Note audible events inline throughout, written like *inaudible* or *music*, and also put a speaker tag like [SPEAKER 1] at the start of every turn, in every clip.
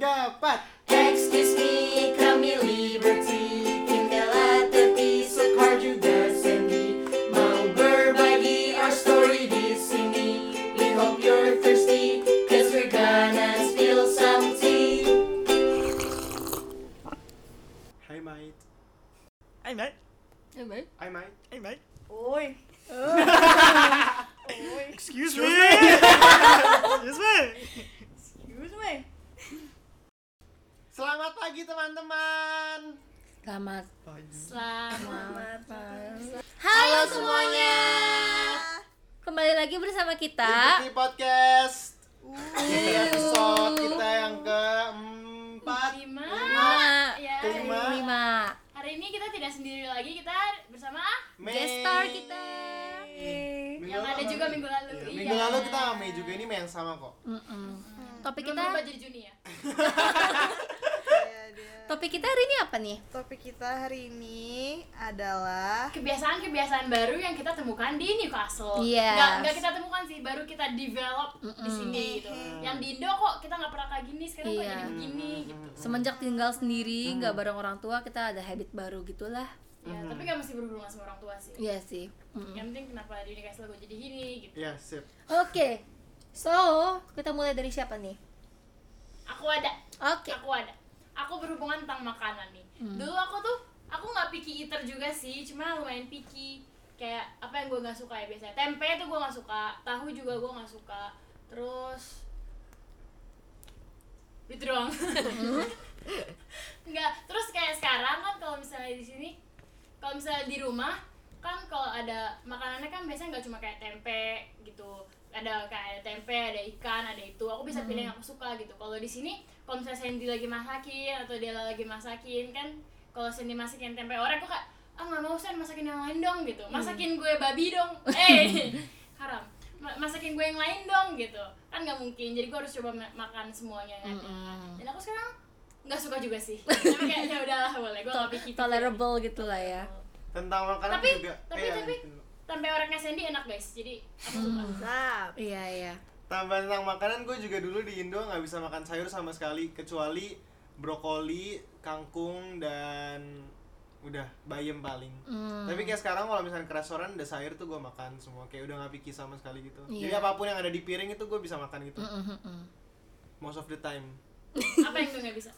[SPEAKER 1] dapat
[SPEAKER 2] Excuse me, kami Liberty Tinggal tepi Sekar juga Sandy Mau berbagi our story di sini We hope you're thirsty Cause we're gonna spill some tea
[SPEAKER 1] Hai mate
[SPEAKER 3] Hey mate,
[SPEAKER 1] Hai mate
[SPEAKER 3] hey mate,
[SPEAKER 4] Oi. Oi.
[SPEAKER 3] excuse me, excuse me.
[SPEAKER 4] Excuse me.
[SPEAKER 1] Selamat pagi teman-teman
[SPEAKER 2] Selamat Selamat
[SPEAKER 5] Halo
[SPEAKER 1] Halo
[SPEAKER 5] semuanya,
[SPEAKER 1] semuanya
[SPEAKER 5] kembali lagi bersama
[SPEAKER 6] Ya.
[SPEAKER 5] kita.
[SPEAKER 1] Ikuti podcast
[SPEAKER 6] Uh.
[SPEAKER 1] Ini episode kita yang keempat
[SPEAKER 6] Lima.
[SPEAKER 5] Lima,
[SPEAKER 6] Ya,
[SPEAKER 1] Kelima.
[SPEAKER 5] lima,
[SPEAKER 6] hari ini kita tidak sendiri lagi, kita bersama
[SPEAKER 1] Mei
[SPEAKER 5] guest star kita.
[SPEAKER 1] Minggu
[SPEAKER 6] yang
[SPEAKER 1] lalu
[SPEAKER 6] ada
[SPEAKER 1] sama
[SPEAKER 6] juga
[SPEAKER 1] Mei.
[SPEAKER 6] minggu lalu.
[SPEAKER 1] Iya,
[SPEAKER 6] Iya.
[SPEAKER 1] Minggu lalu kita sama Mei juga, ini Mei yang sama kok
[SPEAKER 5] Mm-mm. Topik
[SPEAKER 6] Belum
[SPEAKER 5] kita,
[SPEAKER 6] berubah jadi Juni ya.
[SPEAKER 4] Ya, dia.
[SPEAKER 5] topik kita hari ini apa nih?
[SPEAKER 4] Topik kita hari ini
[SPEAKER 5] Ah.
[SPEAKER 4] adalah
[SPEAKER 6] Kebiasaan-kebiasaan baru yang kita temukan di Newcastle.
[SPEAKER 5] Yes.
[SPEAKER 6] Nggak, nggak kita temukan sih, baru kita develop di
[SPEAKER 5] Mm-mm.
[SPEAKER 6] sini gitu. Yang di Indo kok kita nggak pernah kayak gini, sekarang kok
[SPEAKER 5] Iya.
[SPEAKER 6] jadi begini gitu.
[SPEAKER 5] Semenjak tinggal sendiri, nggak bareng orang tua, kita ada habit baru gitulah.
[SPEAKER 6] Ya, tapi nggak mesti berhubungan sama orang tua sih.
[SPEAKER 5] Iya sih. Mm-mm.
[SPEAKER 6] Yang penting kenapa di Newcastle gue jadi gini gitu.
[SPEAKER 1] Ya sip
[SPEAKER 5] Oke, so kita mulai dari siapa nih?
[SPEAKER 6] Aku ada.
[SPEAKER 5] Oke.
[SPEAKER 6] aku ada aku berhubungan tentang makanan nih dulu aku tuh aku nggak picky eater juga sih cuma lumayan picky kayak apa yang gue nggak suka ya biasanya tempe tuh gue nggak suka tahu juga gue nggak suka terus itu doang nggak terus kayak sekarang kan kalau misalnya di sini kalau misalnya di rumah kan kalau ada makanannya kan biasanya nggak cuma kayak tempe gitu ada kayak ada tempe ada ikan ada itu aku bisa pilih
[SPEAKER 5] Hmm.
[SPEAKER 6] yang aku suka gitu kalau di sini kalau misalnya Sandy lagi masakin atau dia lagi masakin kan kalau Sandy masakin tempe orek aku kayak ah nggak mau Sandy masakin yang lain dong gitu
[SPEAKER 5] Hmm.
[SPEAKER 6] masakin gue babi dong
[SPEAKER 5] *laughs*
[SPEAKER 6] eh haram Ma- masakin gue yang lain dong gitu kan nggak mungkin jadi gue harus coba ma- makan semuanya kan
[SPEAKER 5] Hmm. Mm-mm.
[SPEAKER 6] dan aku sekarang nggak suka juga
[SPEAKER 5] *laughs*
[SPEAKER 6] sih tapi kayak ya udahlah boleh gue nggak pikir
[SPEAKER 5] Tolerable gitulah ya.
[SPEAKER 1] Tentang makanan
[SPEAKER 6] Tapi-
[SPEAKER 1] juga
[SPEAKER 6] tapi-
[SPEAKER 1] ya,
[SPEAKER 6] tapi- tempe orangnya Sandy enak guys jadi aku suka
[SPEAKER 4] Zap.
[SPEAKER 5] Iya iya.
[SPEAKER 1] Tambah tentang makanan, gue juga dulu di Indo nggak bisa makan sayur sama sekali Kecuali brokoli, kangkung, dan udah bayam paling
[SPEAKER 5] Mm.
[SPEAKER 1] Tapi kayak sekarang kalau misalnya ke restoran ada sayur tuh gue makan semua Kayak udah nggak pikir sama sekali gitu Jadi
[SPEAKER 5] Iya. Hmm.
[SPEAKER 1] apapun yang ada di piring itu gue bisa makan gitu
[SPEAKER 5] Mm-mm, mm-mm.
[SPEAKER 1] Most of the time
[SPEAKER 6] apa yang gue nggak bisa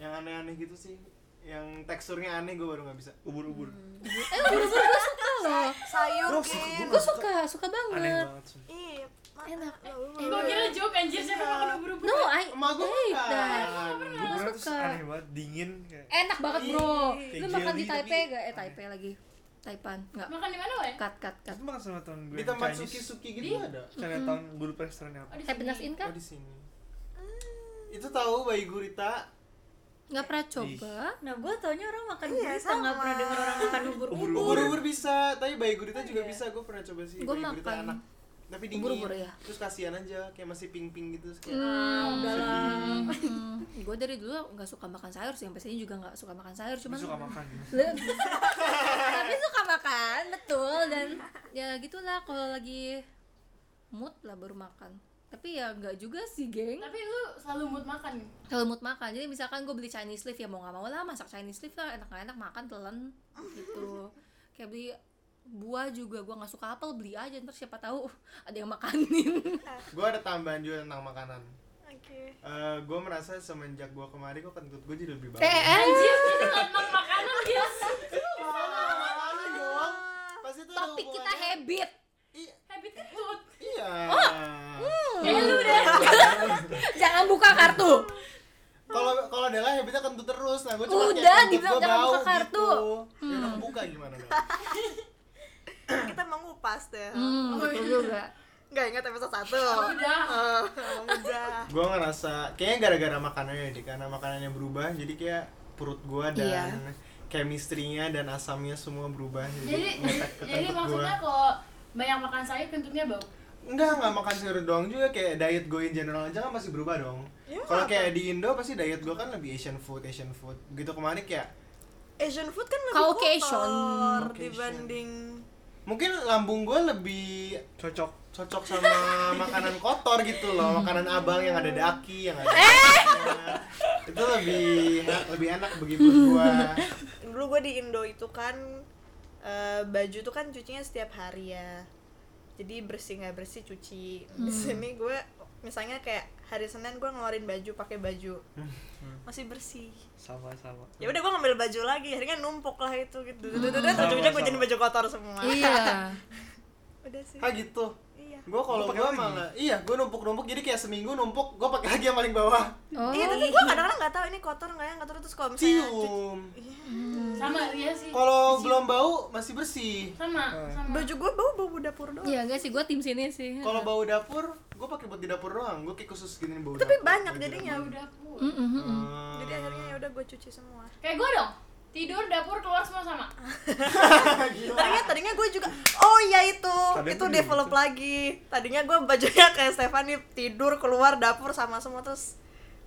[SPEAKER 1] Yang aneh-aneh gitu sih Yang teksturnya aneh gue baru nggak bisa Ubur-ubur
[SPEAKER 5] Eh, buru-buru gue suka loh.
[SPEAKER 4] Sayur
[SPEAKER 1] Loh, suka
[SPEAKER 4] Kin.
[SPEAKER 5] Gue suka, suka
[SPEAKER 1] Aneh
[SPEAKER 5] banget.
[SPEAKER 1] banget sih
[SPEAKER 4] Iya.
[SPEAKER 5] Enak.
[SPEAKER 6] gue kira joke anjir siapa makan ubur-ubur
[SPEAKER 5] No, I
[SPEAKER 1] Emak gue
[SPEAKER 5] hate that.
[SPEAKER 1] makan
[SPEAKER 5] Gue
[SPEAKER 3] Gue
[SPEAKER 5] suka. Eh,
[SPEAKER 3] aneh banget, dingin kayak.
[SPEAKER 5] Enak banget bro.
[SPEAKER 3] Ih,
[SPEAKER 5] Lu
[SPEAKER 3] kayak
[SPEAKER 5] makan di
[SPEAKER 3] jelly
[SPEAKER 5] Taipei
[SPEAKER 3] tapi-
[SPEAKER 5] gak? Eh Taipei lagi. Taipan nggak?
[SPEAKER 6] makan di mana weh
[SPEAKER 5] Cut cut cut.
[SPEAKER 3] Itu makan sama temen gue
[SPEAKER 1] Di
[SPEAKER 3] yang
[SPEAKER 1] tempat
[SPEAKER 3] Chinese.
[SPEAKER 1] suki-suki gitu ada
[SPEAKER 3] Chinatown, gue lupa restorannya
[SPEAKER 6] Oh,
[SPEAKER 3] apa
[SPEAKER 6] di sini.
[SPEAKER 5] Happiness in
[SPEAKER 1] Oh
[SPEAKER 5] kan?
[SPEAKER 1] di sini Itu tahu bayi gurita
[SPEAKER 5] Nggak pernah coba.
[SPEAKER 7] Nah, gue taunya orang makan
[SPEAKER 4] Iya,
[SPEAKER 7] gurita nggak
[SPEAKER 4] sama.
[SPEAKER 7] pernah denger orang makan ubur-ubur.
[SPEAKER 1] Ubur-ubur bisa, tapi bayi gurita juga bisa. Gue pernah coba sih.
[SPEAKER 5] Gua
[SPEAKER 1] bayi gurita
[SPEAKER 5] makan
[SPEAKER 1] enak. Tapi dingin.
[SPEAKER 5] ubur-ubur Hmm, ya.
[SPEAKER 1] Terus kasihan aja, kayak masih ping-ping gitu. Terus kayak,
[SPEAKER 5] gue dari dulu nggak suka makan sayur sih. Sampai sini juga nggak suka makan sayur.
[SPEAKER 3] Gue
[SPEAKER 5] Cuman
[SPEAKER 3] suka makan
[SPEAKER 5] Lu- tapi suka makan betul dan ya gitulah kalau lagi mood lah baru makan tapi ya nggak juga sih geng
[SPEAKER 6] tapi lu selalu mood makan
[SPEAKER 5] kalau mood makan jadi misalkan gue beli Chinese leaf ya mau nggak mau lah masak Chinese leaf lah enak enak makan telan gitu kayak beli buah juga gue nggak suka apel beli aja ntar siapa tahu uh, ada yang makanin
[SPEAKER 1] gue ada tambahan juga tentang makanan.
[SPEAKER 4] Oke.
[SPEAKER 1] Eh gue merasa semenjak gue kemari, kok kentut gue jadi lebih
[SPEAKER 5] eh
[SPEAKER 1] bagus.
[SPEAKER 5] anjir
[SPEAKER 6] tentang makanan guys
[SPEAKER 1] Wah, makanan dong. Pasti itu ada
[SPEAKER 5] topik kita
[SPEAKER 1] hubungannya.
[SPEAKER 5] habit
[SPEAKER 1] I-
[SPEAKER 6] habit kentut
[SPEAKER 1] Iya.
[SPEAKER 5] Oh. Hmm.
[SPEAKER 6] kayak lu deh
[SPEAKER 5] jangan buka kartu
[SPEAKER 1] Kalau kalau Della habitnya kentut terus, nah gue cuma
[SPEAKER 5] Udah,
[SPEAKER 1] kayak kentut
[SPEAKER 5] dibilang
[SPEAKER 1] gua
[SPEAKER 5] jangan
[SPEAKER 1] bau
[SPEAKER 5] buka kartu. Hmm.
[SPEAKER 1] Gitu. Ya udah buka gimana dong?
[SPEAKER 4] Nah, Kita mengupas deh.
[SPEAKER 5] hmm betul juga
[SPEAKER 4] Enggak ingat episode 1.
[SPEAKER 6] udah
[SPEAKER 4] Eh, udah.
[SPEAKER 1] gue ngerasa kayaknya gara-gara makanannya deh karena makanannya berubah jadi kayak perut gue dan
[SPEAKER 5] Iya.
[SPEAKER 1] chemistry-nya dan asamnya semua berubah
[SPEAKER 6] jadi
[SPEAKER 1] jadi ngefek ke
[SPEAKER 6] jadi
[SPEAKER 1] kentut
[SPEAKER 6] maksudnya
[SPEAKER 1] gua.
[SPEAKER 6] kalau banyak makan sayur kentutnya bau
[SPEAKER 1] enggak nggak makan sayur doang juga kayak diet gue in general aja kan masih berubah dong kalau kayak di Indo pasti diet gue kan lebih Asian food Asian food gitu kemarin kayak
[SPEAKER 4] *laughs* Asian food kan lebih
[SPEAKER 5] Caucasian.
[SPEAKER 4] kotor
[SPEAKER 1] Caucasian.
[SPEAKER 4] dibanding
[SPEAKER 1] mungkin lambung gue lebih
[SPEAKER 3] cocok
[SPEAKER 1] cocok sama makanan kotor gitu loh makanan abang yang ada daki yang ada itu lebih lebih enak bagi perut gua
[SPEAKER 4] dulu gue di Indo itu kan eh, baju tuh kan cucinya setiap hari ya jadi bersih nggak bersih cuci
[SPEAKER 5] Hmm.
[SPEAKER 4] di sini gue misalnya kayak hari Senin gue ngeluarin baju pakai baju masih bersih
[SPEAKER 3] sama sama
[SPEAKER 4] ya udah gue ngambil baju lagi akhirnya numpuk lah itu gitu tuh
[SPEAKER 3] Sama,
[SPEAKER 4] ujungnya gue jadi
[SPEAKER 3] sama.
[SPEAKER 4] baju kotor semua *laughs*
[SPEAKER 5] iya
[SPEAKER 4] udah sih
[SPEAKER 1] ah gitu
[SPEAKER 4] iya
[SPEAKER 1] gua kalau
[SPEAKER 3] Lu pakai
[SPEAKER 1] gua
[SPEAKER 3] lagi?
[SPEAKER 1] malah iya gua numpuk numpuk jadi kayak seminggu numpuk gua pakai lagi yang paling bawah
[SPEAKER 5] oh
[SPEAKER 4] Iya, tapi gue kadang-kadang nggak tahu ini kotor nggak ya nggak tahu terus kalau misalnya cuci
[SPEAKER 1] cium
[SPEAKER 6] sama iya sih
[SPEAKER 1] kalau belum bau masih bersih
[SPEAKER 6] sama sama
[SPEAKER 4] baju gue bau bau dapur doang
[SPEAKER 5] iya enggak sih gue tim sini
[SPEAKER 4] Iya.
[SPEAKER 5] sih
[SPEAKER 1] kalau bau dapur gua pakai buat di dapur doang gua kayak khusus gini bau
[SPEAKER 4] tapi
[SPEAKER 1] dapur.
[SPEAKER 4] banyak jadinya
[SPEAKER 6] Bau dapur
[SPEAKER 5] Mm, mm, mm, mm.
[SPEAKER 1] Ah.
[SPEAKER 4] jadi
[SPEAKER 1] *laughs*
[SPEAKER 4] akhirnya ya udah gue cuci semua
[SPEAKER 6] kayak gue dong tidur dapur keluar semua sama
[SPEAKER 4] tadinya tadinya gue juga oh iya itu
[SPEAKER 3] Kadang
[SPEAKER 4] itu
[SPEAKER 3] tuh dia
[SPEAKER 4] develop
[SPEAKER 3] gitu.
[SPEAKER 4] lagi tadinya gue bajunya *laughs* kayak Stefani tidur keluar dapur sama semua terus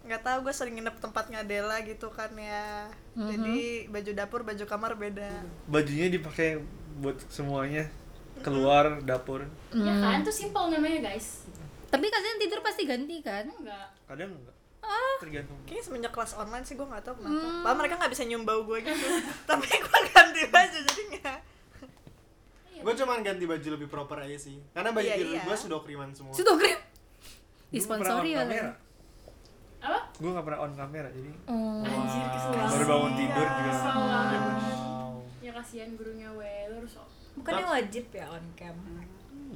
[SPEAKER 4] nggak tahu gue sering nginep tempatnya Dela gitu kan ya
[SPEAKER 5] Mm-hmm.
[SPEAKER 4] jadi baju dapur baju kamar beda
[SPEAKER 3] bajunya dipakai buat semuanya keluar dapur
[SPEAKER 6] ya kan tuh simple namanya guys
[SPEAKER 5] tapi kalian tidur pasti ganti kan
[SPEAKER 3] Oh.
[SPEAKER 6] enggak
[SPEAKER 3] kadang enggak tergantung
[SPEAKER 4] kayaknya semenjak kelas online sih gue nggak tahu kenapa Padahal mereka nggak bisa nyium bau gue gitu *laughs* tapi gue ganti baju jadi nggak
[SPEAKER 1] gua cuman ganti baju lebih proper aja sih karena baju
[SPEAKER 4] Iya,
[SPEAKER 1] tidur
[SPEAKER 4] iya.
[SPEAKER 1] gua sudah kriman semua
[SPEAKER 5] sudah krim
[SPEAKER 3] Gua nggak pernah on
[SPEAKER 5] disponsori ya
[SPEAKER 3] kamera
[SPEAKER 6] apa
[SPEAKER 3] gue nggak pernah on kamera jadi
[SPEAKER 5] oh
[SPEAKER 6] anjir kesel
[SPEAKER 3] baru
[SPEAKER 6] banget
[SPEAKER 3] bangun tidur juga
[SPEAKER 6] Kesel banget.
[SPEAKER 1] Wow.
[SPEAKER 6] ya kasihan gurunya we lu harus
[SPEAKER 7] Bukannya wajib ya on cam?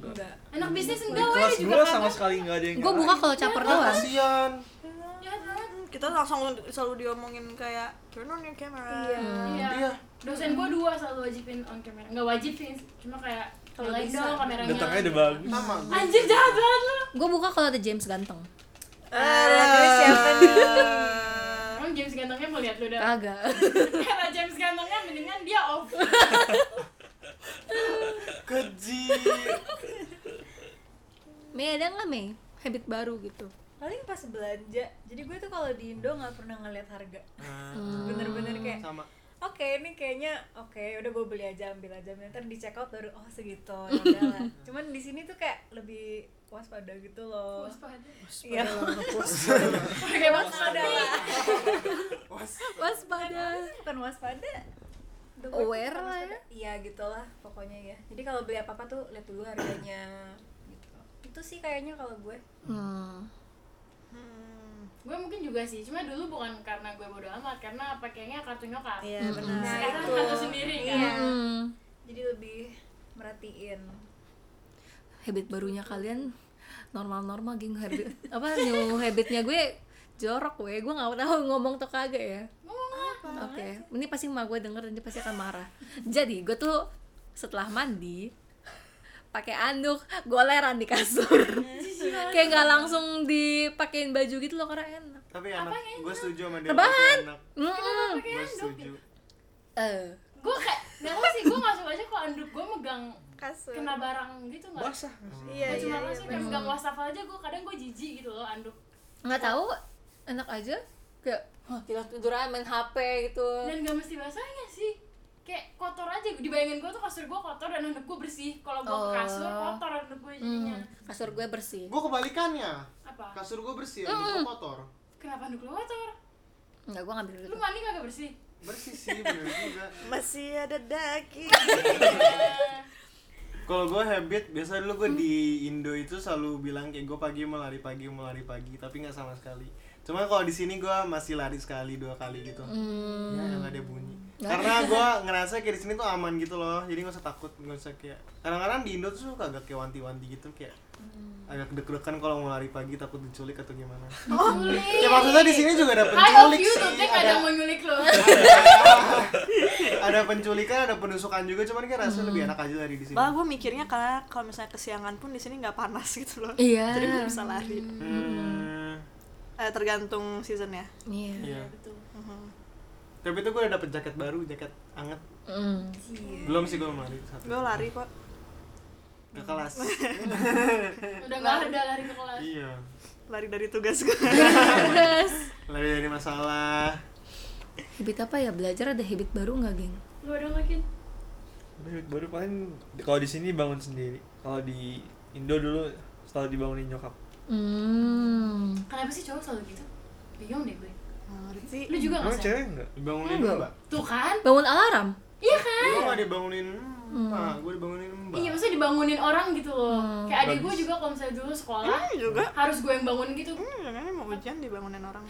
[SPEAKER 7] Enggak.
[SPEAKER 6] anak bisnis
[SPEAKER 3] di
[SPEAKER 6] enggak we
[SPEAKER 3] kelas
[SPEAKER 6] lu juga
[SPEAKER 3] gue
[SPEAKER 6] kagak.
[SPEAKER 3] sama sekali nggak ada yang
[SPEAKER 5] gue buka kalau caper
[SPEAKER 7] Iya,
[SPEAKER 5] doang
[SPEAKER 1] Ah, kasian
[SPEAKER 6] Jahat banget.
[SPEAKER 4] kita langsung selalu diomongin kayak turn on your camera
[SPEAKER 7] Iya.
[SPEAKER 1] Iya.
[SPEAKER 6] Iya. Dosen gue dua selalu wajibin on camera. Enggak wajib sih, cuma kayak
[SPEAKER 7] Kalau
[SPEAKER 6] nyalain
[SPEAKER 7] bisa.
[SPEAKER 6] dong kameranya.
[SPEAKER 3] datangnya udah bagus
[SPEAKER 1] sama
[SPEAKER 4] Iya.
[SPEAKER 1] gua.
[SPEAKER 6] Anjir jahat banget lu.
[SPEAKER 5] gue buka kalau ada James ganteng
[SPEAKER 4] Eh, siapa *laughs* nih?
[SPEAKER 6] Emang James gantengnya mau lihat lu
[SPEAKER 7] Iya.
[SPEAKER 6] dah.
[SPEAKER 5] kagak *laughs*
[SPEAKER 6] Karena James gantengnya mendingan dia off.
[SPEAKER 4] Iya.
[SPEAKER 1] keji
[SPEAKER 5] Mei ada nggak Mei habit baru gitu
[SPEAKER 7] Paling pas belanja. Jadi gue tuh kalau di Indo nggak pernah ngeliat harga.
[SPEAKER 5] Hmm.
[SPEAKER 7] Bener-bener kayak
[SPEAKER 1] sama
[SPEAKER 7] oke ini kayaknya oke udah gue beli aja ambil aja ambil." ntar di check out baru oh
[SPEAKER 5] *laughs*
[SPEAKER 7] segitu ya udah lah. cuman di sini tuh kayak lebih waspada gitu loh iya *laughs*
[SPEAKER 6] Kayak
[SPEAKER 7] waspada lah
[SPEAKER 5] waspada
[SPEAKER 7] bukan waspada the word
[SPEAKER 5] Aware
[SPEAKER 7] bukan
[SPEAKER 5] lah ya.
[SPEAKER 7] waspada. iya gitulah pokoknya ya jadi kalau beli apa apa tuh lihat dulu harganya gitu itu sih kayaknya kalau gue
[SPEAKER 5] hmm.
[SPEAKER 6] Gue mungkin juga sih, cuma dulu bukan karena gue bodo amat, karena pakainya kartu nyokap.
[SPEAKER 4] Iya
[SPEAKER 7] nah
[SPEAKER 4] benar.
[SPEAKER 6] Sekarang
[SPEAKER 7] itu
[SPEAKER 6] kartu sendiri kan.
[SPEAKER 7] iya
[SPEAKER 5] Hmm.
[SPEAKER 7] jadi lebih merhatiin
[SPEAKER 5] habit barunya kalian normal-normal geng habit apa new habitnya gue jorok gue gue nggak tahu ngomong tuh kagak ya oke ini pasti emak gue denger dan dia pasti akan marah jadi gue tuh setelah mandi pakai anduk goleran di kasur kayak nggak langsung dipakein baju gitu loh karena enak
[SPEAKER 1] tapi enak gue setuju sama dia
[SPEAKER 5] Rebahan.
[SPEAKER 1] enak
[SPEAKER 5] Mm-mm.
[SPEAKER 1] gue setuju
[SPEAKER 5] Eh,
[SPEAKER 6] Gue kayak enggak tahu sih, gue masuk aja kok anduk gue megang
[SPEAKER 4] Kasur.
[SPEAKER 6] kena barang gitu enggak.
[SPEAKER 3] basah
[SPEAKER 4] Iya
[SPEAKER 6] Gak
[SPEAKER 4] iya
[SPEAKER 6] cuma
[SPEAKER 4] iya.
[SPEAKER 6] kasur, kayak megang wastafel aja gue kadang gue jijik gitu loh anduk.
[SPEAKER 5] nggak tahu enak aja kayak "Hah, tidur tiduran main HP gitu
[SPEAKER 6] dan gak mesti basahnya sih kayak kotor aja dibayangin gue tuh kasur gue kotor dan handuk gue bersih kalau gue ke kasur
[SPEAKER 5] Oh.
[SPEAKER 6] kotor handuk gue jadinya
[SPEAKER 5] Hmm, kasur gue bersih
[SPEAKER 1] gue kebalikannya
[SPEAKER 6] apa
[SPEAKER 1] kasur gue bersih handuk gue kotor
[SPEAKER 6] kenapa handuk lu kotor
[SPEAKER 5] nggak gue ngambil dulu
[SPEAKER 6] lu mandi kagak
[SPEAKER 5] *laughs*
[SPEAKER 6] bersih
[SPEAKER 1] bersih sih bener juga
[SPEAKER 4] Masih ada daging.
[SPEAKER 1] kalau gue habit biasa dulu gue di Indo itu selalu bilang kayak gue pagi mau lari pagi mau lari pagi tapi nggak sama sekali cuma kalau di sini gue masih lari sekali dua kali gitu
[SPEAKER 5] Hmm.
[SPEAKER 1] ya nggak ada bunyi karena gue ngerasa kayak di sini tuh aman gitu loh jadi nggak usah takut nggak usah kayak kadang-kadang di Indo tuh suka agak kayak wanti-wanti gitu kayak
[SPEAKER 6] Hmm.
[SPEAKER 1] agak deg-degan kalau mau lari pagi takut diculik atau gimana
[SPEAKER 5] Oh.
[SPEAKER 6] Diculik.
[SPEAKER 1] ya maksudnya di sini juga ada
[SPEAKER 6] Iya, I love
[SPEAKER 1] penculik
[SPEAKER 6] you tuh
[SPEAKER 1] sih
[SPEAKER 6] gak ada
[SPEAKER 1] ada
[SPEAKER 6] yang mau
[SPEAKER 1] Iya.
[SPEAKER 6] nyulik lu
[SPEAKER 1] *laughs* ada penculikan ada penusukan juga cuman kayak rasanya
[SPEAKER 6] Hmm.
[SPEAKER 1] lebih enak aja dari di sini
[SPEAKER 4] Malah gue mikirnya karena kalau misalnya kesiangan pun di sini nggak panas gitu loh.
[SPEAKER 5] Iya.
[SPEAKER 4] Jadi gue bisa lari.
[SPEAKER 1] Hmm,
[SPEAKER 4] Eh, tergantung season ya.
[SPEAKER 5] Iya.
[SPEAKER 1] iya
[SPEAKER 6] Betul.
[SPEAKER 1] tapi itu gue udah dapet jaket baru jaket anget
[SPEAKER 5] Mm.
[SPEAKER 1] belum sih gue lari satu
[SPEAKER 4] Gue lari kok.
[SPEAKER 1] ke kelas
[SPEAKER 6] udah gak ada lari ke kelas
[SPEAKER 1] iya
[SPEAKER 4] Lari dari tugas gue.
[SPEAKER 5] Terus
[SPEAKER 1] lari dari masalah
[SPEAKER 5] habit apa ya belajar ada habit baru nggak, geng?
[SPEAKER 6] lu ada makin
[SPEAKER 3] Baru, baru paling kalau di sini bangun sendiri. Kalau di Indo dulu selalu dibangunin nyokap.
[SPEAKER 5] Hmm.
[SPEAKER 6] Kenapa sih cowok selalu gitu? Bingung deh gue.
[SPEAKER 4] sih
[SPEAKER 6] Lu juga
[SPEAKER 3] Emang
[SPEAKER 6] nggak sih?
[SPEAKER 3] cewek enggak?
[SPEAKER 1] dibangunin
[SPEAKER 5] Enggak.
[SPEAKER 1] mbak
[SPEAKER 6] Tuh kan?
[SPEAKER 5] Bangun alarm?
[SPEAKER 6] Iya kan?
[SPEAKER 1] gue gak dibangunin mbak gue dibangunin mbak
[SPEAKER 6] Iya, maksudnya dibangunin orang gitu loh.
[SPEAKER 5] Hmm.
[SPEAKER 6] Kayak adik gue
[SPEAKER 3] Bagus.
[SPEAKER 6] juga kalau misalnya dulu sekolah
[SPEAKER 4] juga
[SPEAKER 6] harus gue yang bangun gitu.
[SPEAKER 4] hmm, jangan mau hujan dibangunin orang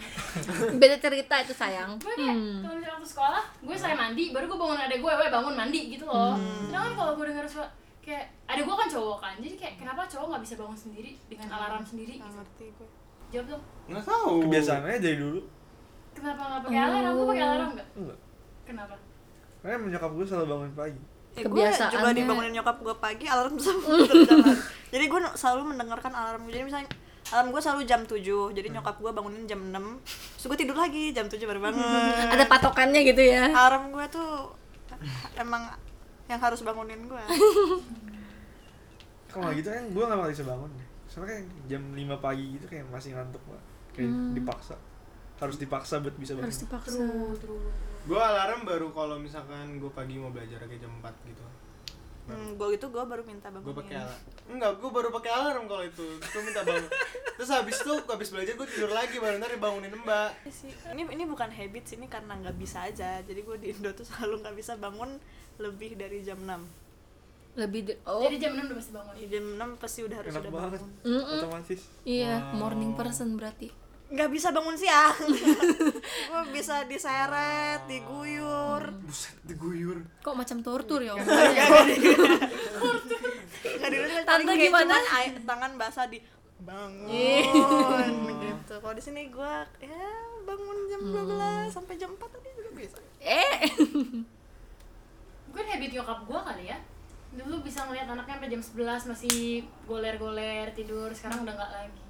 [SPEAKER 5] Beda cerita itu sayang.
[SPEAKER 6] Gue kayak
[SPEAKER 5] Hmm.
[SPEAKER 6] kalau misalnya waktu sekolah, gue saya mandi, baru gue bangun adik gue, gue bangun mandi gitu loh. Sedangkan kalau gue denger suara kayak adik gue kan cowok kan, jadi kayak kenapa cowok nggak bisa bangun sendiri dengan alarm sendiri?
[SPEAKER 4] nggak
[SPEAKER 6] Gitu.
[SPEAKER 4] ngerti gue
[SPEAKER 6] Jawab dong.
[SPEAKER 1] nggak tahu
[SPEAKER 3] Kebiasaannya dari dulu.
[SPEAKER 6] Kenapa nggak pakai alarm? Gue pakai alarm nggak?
[SPEAKER 3] Enggak.
[SPEAKER 6] Kenapa?
[SPEAKER 3] Karena nyokap gue selalu bangun pagi.
[SPEAKER 4] Eh, gue juga
[SPEAKER 5] Kebiasaannya.
[SPEAKER 4] dibangunin nyokap gue pagi alarm *laughs* selalu terdengar jadi gue selalu mendengarkan alarm gue jadi misalnya alarm gue selalu jam 7 jadi nyokap gue bangunin jam 6 terus gue tidur lagi jam 7 baru *laughs* bangun
[SPEAKER 5] Ada patokannya gitu ya.
[SPEAKER 4] alarm gue tuh emang yang harus bangunin gue
[SPEAKER 3] Kalau gitu kan gue gak bakal bisa bangun Soalnya kayak jam 5 pagi gitu kayak masih ngantuk banget Kayak dipaksa Harus dipaksa buat bisa
[SPEAKER 5] Hmm.
[SPEAKER 3] bangun
[SPEAKER 5] Harus dipaksa.
[SPEAKER 1] gue alarm baru kalau misalkan gue pagi mau belajar kayak jam 4 gitu
[SPEAKER 4] hmm, gue itu gue baru minta
[SPEAKER 1] gue
[SPEAKER 4] bangunin
[SPEAKER 1] pakai alarm enggak gue baru pakai alarm kalau itu gue minta bangun terus habis itu habis belajar gue tidur lagi baru ntar dibangunin mbak
[SPEAKER 4] Iya sih. ini ini bukan habit sih, ini karena nggak bisa aja jadi gue di Indo tuh selalu nggak bisa bangun lebih dari jam 6
[SPEAKER 5] Lebih de- oh.
[SPEAKER 6] Jadi jam 6 udah pasti bangun.
[SPEAKER 4] Di jam 6 pasti udah harus
[SPEAKER 3] Enak
[SPEAKER 4] udah
[SPEAKER 3] banget
[SPEAKER 4] bangun
[SPEAKER 5] Mm-mm.
[SPEAKER 3] Otomatis
[SPEAKER 5] Iya, morning person berarti.
[SPEAKER 4] nggak bisa bangun
[SPEAKER 5] *laughs*
[SPEAKER 4] siang gue bisa diseret diguyur
[SPEAKER 1] buset diguyur
[SPEAKER 5] Kok macam tortur *laughs* ya?
[SPEAKER 4] nggak di
[SPEAKER 5] Tante gimana?
[SPEAKER 4] tangan basah di bangun *laughs* gitu kalau di sini gue ya bangun jam
[SPEAKER 5] Hmm.
[SPEAKER 4] 12 sampai jam 4 tadi juga bisa
[SPEAKER 5] eh.
[SPEAKER 6] Mungkin habit nyokap gue kali ya dulu bisa ngeliat anaknya sampai jam 11 masih goler-goler tidur sekarang udah nggak lagi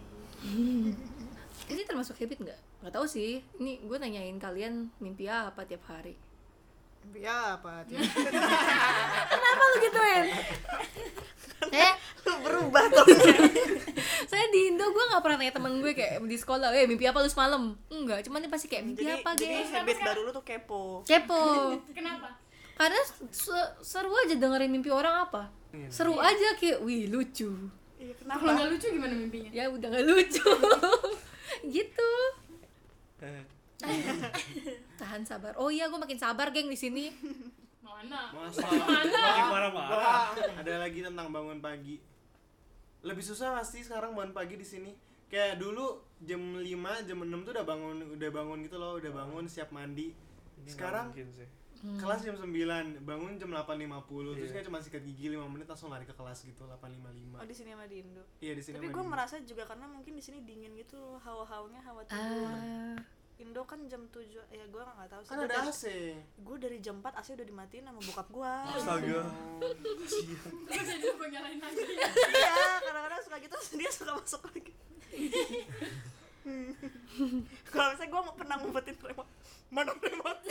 [SPEAKER 5] Ini termasuk habit nggak? Nggak tahu sih. Ini gue nanyain kalian mimpi apa tiap hari.
[SPEAKER 4] ya apa *laughs*
[SPEAKER 5] Kenapa lu gituin? eh,
[SPEAKER 4] berubah tuh
[SPEAKER 5] saya di Indo gue nggak pernah nanya temen gue kayak di sekolah, eh mimpi apa lu semalam? Enggak, cuman dia pasti kayak mimpi
[SPEAKER 4] jadi,
[SPEAKER 5] apa
[SPEAKER 4] jadi
[SPEAKER 5] guys?
[SPEAKER 4] habit baru lu tuh kepo
[SPEAKER 5] Kepo.
[SPEAKER 6] kenapa
[SPEAKER 5] Karena se- seru aja dengerin mimpi orang apa. Seru aja kayak, wih lucu.
[SPEAKER 4] iya
[SPEAKER 6] kalau
[SPEAKER 4] kenapa
[SPEAKER 6] nggak lucu gimana mimpinya
[SPEAKER 5] Ya udah nggak lucu. *laughs* gitu.
[SPEAKER 3] Eh,
[SPEAKER 5] Tahan sabar. Oh iya, gue makin sabar geng di
[SPEAKER 4] *laughs*
[SPEAKER 5] sini.
[SPEAKER 6] mana
[SPEAKER 1] masa
[SPEAKER 5] Iya.
[SPEAKER 3] Makin marah-marah
[SPEAKER 1] Wah, ada lagi tentang bangun pagi lebih susah pasti sekarang bangun pagi di sini kayak dulu jam 5, jam 6 tuh udah bangun udah bangun gitu loh udah bangun siap mandi
[SPEAKER 3] Ini
[SPEAKER 1] sekarang
[SPEAKER 3] nggak mungkin sih.
[SPEAKER 1] kelas jam 9, bangun jam 8.50 terus kayak cuma sikat gigi 5 menit langsung lari ke kelas gitu
[SPEAKER 4] oh
[SPEAKER 1] 8.55
[SPEAKER 4] di sini sama di Indo
[SPEAKER 1] iya di sini
[SPEAKER 4] tapi
[SPEAKER 1] sama
[SPEAKER 4] gue
[SPEAKER 1] dia.
[SPEAKER 4] merasa juga karena mungkin di sini dingin gitu hawa-hawanya hawa tidur
[SPEAKER 5] Ah,
[SPEAKER 4] Indo kan jam 7 ya gue nggak tahu sih
[SPEAKER 1] kan ada AC
[SPEAKER 4] gue dari jam 4 AC udah dimatiin sama bokap gue
[SPEAKER 3] Astaga
[SPEAKER 6] gue jadi gue nyalain lagi
[SPEAKER 4] iya kadang-kadang suka gitu *laughs* terus dia suka masuk lagi Hmm. kalau misalnya gue pernah ngumpetin remote mana remote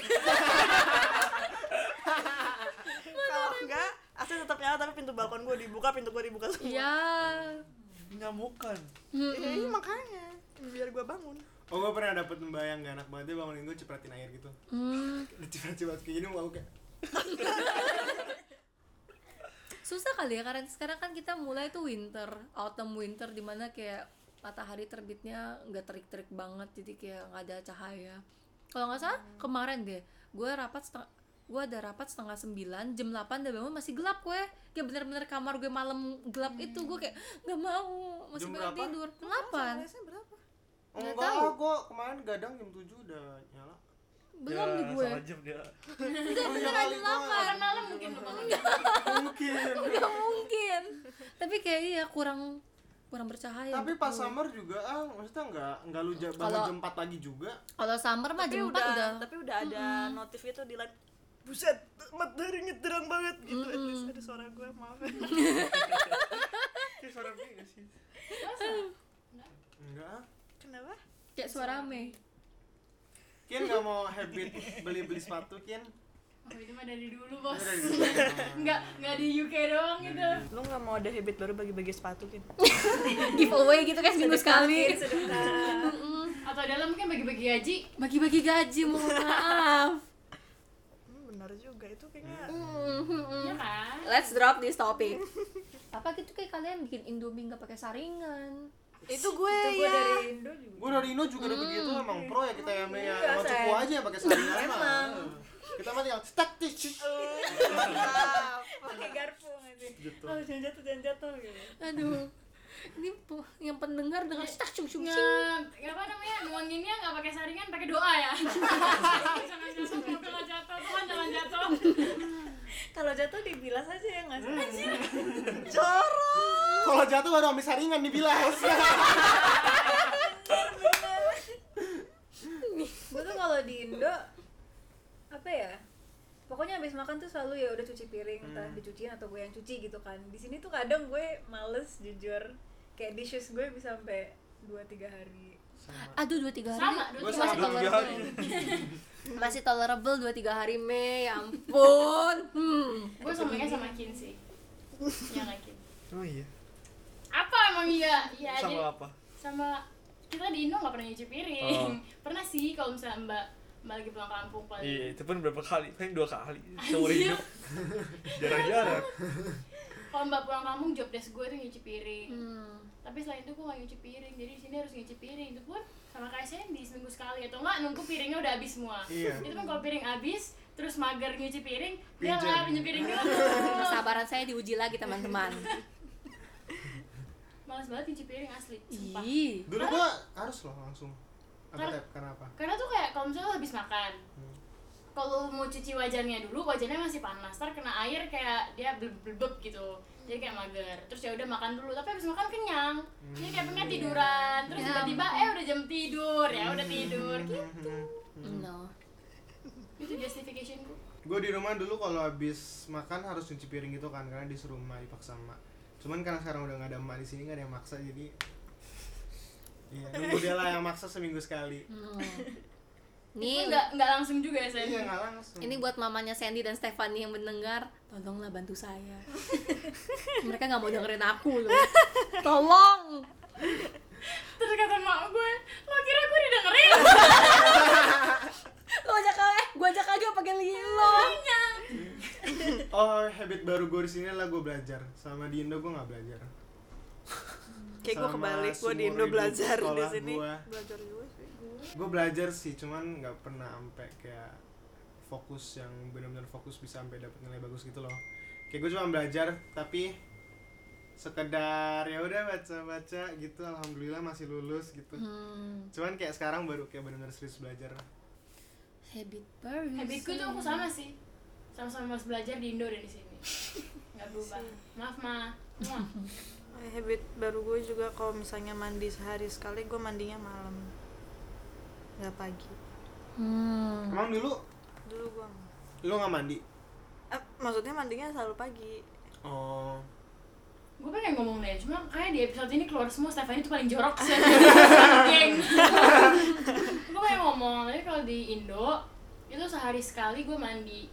[SPEAKER 4] kalau enggak AC tetap nyala tapi pintu balkon gue dibuka pintu gue dibuka semua
[SPEAKER 5] Iya.
[SPEAKER 3] Nyamukan
[SPEAKER 4] Iya, makanya biar gue bangun
[SPEAKER 1] *laughs* oh gue pernah dapet bayang gak enak banget dia bangunin gue cipratin air gitu *laughs*
[SPEAKER 5] Hmm.
[SPEAKER 1] diciprat-ciprat kayak gini mau kayak
[SPEAKER 5] susah kali ya karena sekarang kan kita mulai tuh winter autumn winter dimana kayak matahari terbitnya nggak terik-terik banget jadi kayak nggak ada cahaya kalau nggak salah kemarin deh gue rapat setengah gue ada rapat setengah sembilan jam 8 udah bangun masih gelap gue kayak bener-bener kamar gue malam gelap itu gue kayak nggak mau masih
[SPEAKER 1] Jam
[SPEAKER 5] pengen
[SPEAKER 1] berapa?
[SPEAKER 5] tidur delapan
[SPEAKER 4] berapa
[SPEAKER 1] oh,
[SPEAKER 5] Nggak
[SPEAKER 1] enggak
[SPEAKER 5] tahu.
[SPEAKER 1] gue kemarin gadang jam 7 udah nyala
[SPEAKER 5] belum
[SPEAKER 3] Ya,
[SPEAKER 5] di gue
[SPEAKER 3] salah jam dia
[SPEAKER 5] udah beneran jam delapan
[SPEAKER 6] malam mungkin lu bangun
[SPEAKER 1] mungkin
[SPEAKER 5] nggak mungkin tapi kayak iya kurang kurang bercahaya
[SPEAKER 1] tapi
[SPEAKER 5] gitu.
[SPEAKER 1] pas summer juga ah maksudnya nggak nggak lu ja- bangun
[SPEAKER 5] Kalau-
[SPEAKER 1] jam 4 pagi juga
[SPEAKER 5] kalau summer mah
[SPEAKER 4] tapi
[SPEAKER 5] jam
[SPEAKER 4] udah,
[SPEAKER 5] empat udah
[SPEAKER 4] tapi udah ada notif itu di line buset mataharinya terang banget gitu at least ada suara gue *laughs* maaf
[SPEAKER 3] Kayak suara dia nggak sih?
[SPEAKER 1] enggak ah.
[SPEAKER 4] kenapa
[SPEAKER 5] kayak suara Mei
[SPEAKER 1] Kian nggak mau habit beli beli sepatu Kian
[SPEAKER 6] oh, itu mah dari dulu bos nggak nggak di UK doang gitu
[SPEAKER 4] lu nggak mau ada habit baru bagi-bagi sepatu gitu
[SPEAKER 5] giveaway gitu kan seminggu sekali
[SPEAKER 6] atau dalam mungkin bagi-bagi gaji
[SPEAKER 8] *laughs*
[SPEAKER 5] bagi-bagi gaji mohon maaf
[SPEAKER 4] hmm, benar juga itu kayaknya
[SPEAKER 6] Iya kan?
[SPEAKER 8] Let's drop this topic.
[SPEAKER 5] apa gitu kayak kalian bikin indomie nggak pakai saringan
[SPEAKER 4] itu gue
[SPEAKER 7] Itu gue
[SPEAKER 4] ya
[SPEAKER 7] dari Indo juga.
[SPEAKER 1] Gue dari Indo juga udah begitu
[SPEAKER 6] Hmm.
[SPEAKER 1] emang pro ya kita ya Mei, ya.
[SPEAKER 4] Iya,
[SPEAKER 1] Emang cukup
[SPEAKER 4] Sen.
[SPEAKER 1] aja yang pakai saringan emang. Kita mah tinggal stek tis, tis, eh.
[SPEAKER 4] Mantap.
[SPEAKER 7] Pakai garpu nggak sih?
[SPEAKER 1] gitu.
[SPEAKER 7] Oh, jangan Iya. jatuh, jangan jatuh gitu.
[SPEAKER 5] aduh ini pu- yang pendengar dengan stah cung cung cung.
[SPEAKER 6] Nggak apa namanya, ngomonginnya nggak pakai saringan, pakai doa ya. Jangan jatuh, jangan jatuh, Tuhan jangan jatuh.
[SPEAKER 7] Kalau jatuh dibilas aja ya nggak sih?
[SPEAKER 1] Kalau jatuh baru ambil saringan
[SPEAKER 6] *laughs*
[SPEAKER 1] dibilas.
[SPEAKER 7] gue tuh kalau di Indo apa ya pokoknya habis makan tuh selalu ya udah cuci piring
[SPEAKER 1] Hmm.
[SPEAKER 7] entah dicuciin atau gue yang cuci gitu kan di sini tuh kadang gue males jujur kayak dishes gue bisa sampai dua tiga hari
[SPEAKER 5] aduh dua tiga hari
[SPEAKER 6] Sama, dua
[SPEAKER 1] Gua
[SPEAKER 6] tiga
[SPEAKER 1] sama
[SPEAKER 5] masih
[SPEAKER 6] hari.
[SPEAKER 1] dua
[SPEAKER 3] Iya.
[SPEAKER 1] tiga hari.
[SPEAKER 5] tolerable
[SPEAKER 8] Masih tolerable 2-3 hari Mei, ya ampun. Hmm.
[SPEAKER 6] Gue semuanya sama Kin sih. Iya nggak, Kin?
[SPEAKER 3] Oh iya.
[SPEAKER 6] Apa emang iya? Iya aja.
[SPEAKER 3] Sama apa?
[SPEAKER 6] sama kita di Indo nggak pernah nyuci piring pernah sih kalau misalnya mbak mbak lagi pulang kampung paling
[SPEAKER 3] Iya, itu pun berapa kali? Paling dua kali seumur hidup. Jarang-jarang.
[SPEAKER 6] kalau mbak pulang kampung job desk gue tuh nyuci piring
[SPEAKER 5] Hmm.
[SPEAKER 6] tapi selain itu gue nggak nyuci piring jadi di sini harus nyuci piring itu pun sama kayak Sandy seminggu sekali atau nggak nunggu piringnya udah habis semua
[SPEAKER 1] Iya.
[SPEAKER 6] itu pun kalau piring habis terus mager nyuci piring dia
[SPEAKER 1] Pinjam.
[SPEAKER 6] nggak pinjam piring
[SPEAKER 1] *laughs*
[SPEAKER 6] dulu
[SPEAKER 8] Kesabaran saya diuji lagi
[SPEAKER 5] *laughs*
[SPEAKER 8] teman-teman.
[SPEAKER 6] malas banget nyuci piring asli sumpah
[SPEAKER 8] Ih.
[SPEAKER 1] Dulu gua harus loh langsung. Apa
[SPEAKER 6] Karena-
[SPEAKER 1] tep? Kenapa?
[SPEAKER 6] karena tuh kayak kalau misalnya lo habis makan
[SPEAKER 1] Hmm.
[SPEAKER 6] kalau mau cuci wajannya dulu wajannya masih panas ntar kena air kayak dia blebek gitu jadi kayak mager terus ya udah makan dulu tapi habis makan kenyang jadi kayak
[SPEAKER 1] Hmm.
[SPEAKER 6] pengen tiduran terus tiba-tiba eh udah jam tidur ya udah tidur
[SPEAKER 1] Hmm,
[SPEAKER 6] gitu
[SPEAKER 5] no
[SPEAKER 6] itu justification gue
[SPEAKER 1] Gue di rumah dulu kalau habis makan harus cuci piring gitu kan karena disuruh emak dipaksa emak. Cuman karena sekarang udah nggak ada emak di sini nggak ada yang maksa jadi *laughs* Iya, nunggu dia lah yang maksa seminggu sekali.
[SPEAKER 5] Hmm.
[SPEAKER 6] ini
[SPEAKER 5] nih
[SPEAKER 6] nggak nggak langsung juga ya saya
[SPEAKER 1] Iya, nggak langsung.
[SPEAKER 5] ini buat mamanya Sandy dan Stefani yang mendengar Hmm. tolonglah bantu *laughs* saya mereka nggak mau dengerin aku *laughs* loh tolong
[SPEAKER 6] terus kata mak gue lo kira gue
[SPEAKER 1] *laughs*
[SPEAKER 6] didengerin
[SPEAKER 5] lo aja kagak eh gue aja kagak pakai lilo
[SPEAKER 1] Oh, habit baru gue di sini adalah gue belajar. Sama di Indo gue nggak belajar.
[SPEAKER 4] kayak gue
[SPEAKER 1] Sama
[SPEAKER 4] kebalik gue di
[SPEAKER 1] seumur
[SPEAKER 4] Indo
[SPEAKER 1] hidup
[SPEAKER 4] belajar di
[SPEAKER 1] sekolah
[SPEAKER 4] sini
[SPEAKER 1] gua.
[SPEAKER 4] belajar juga sih
[SPEAKER 1] Gue belajar sih, cuman nggak pernah sampai kayak fokus yang benar-benar fokus bisa sampai dapet nilai bagus gitu loh. Kayak gue cuma belajar, tapi sekedar ya udah baca-baca gitu. Alhamdulillah masih lulus gitu.
[SPEAKER 5] hmm.
[SPEAKER 1] Cuman kayak sekarang baru kayak benar-benar serius belajar.
[SPEAKER 5] habit baru
[SPEAKER 6] habis gue tuh aku sama sih sama-sama harus belajar di Indo dan di sini nggak berubah maaf ma Muah.
[SPEAKER 4] Eh, habit baru gue juga kalau misalnya mandi sehari sekali gue mandinya malam nggak pagi
[SPEAKER 5] hmm.
[SPEAKER 1] Emang dulu
[SPEAKER 4] dulu gue
[SPEAKER 1] lu nggak mandi?
[SPEAKER 4] eh, maksudnya mandinya selalu pagi
[SPEAKER 1] Oh,
[SPEAKER 6] gue pengen ngomong deh cuma kayak di episode ini keluar semua Stefani itu paling jorok sih geng gue pengen ngomong tapi kalau di Indo itu sehari sekali gue mandi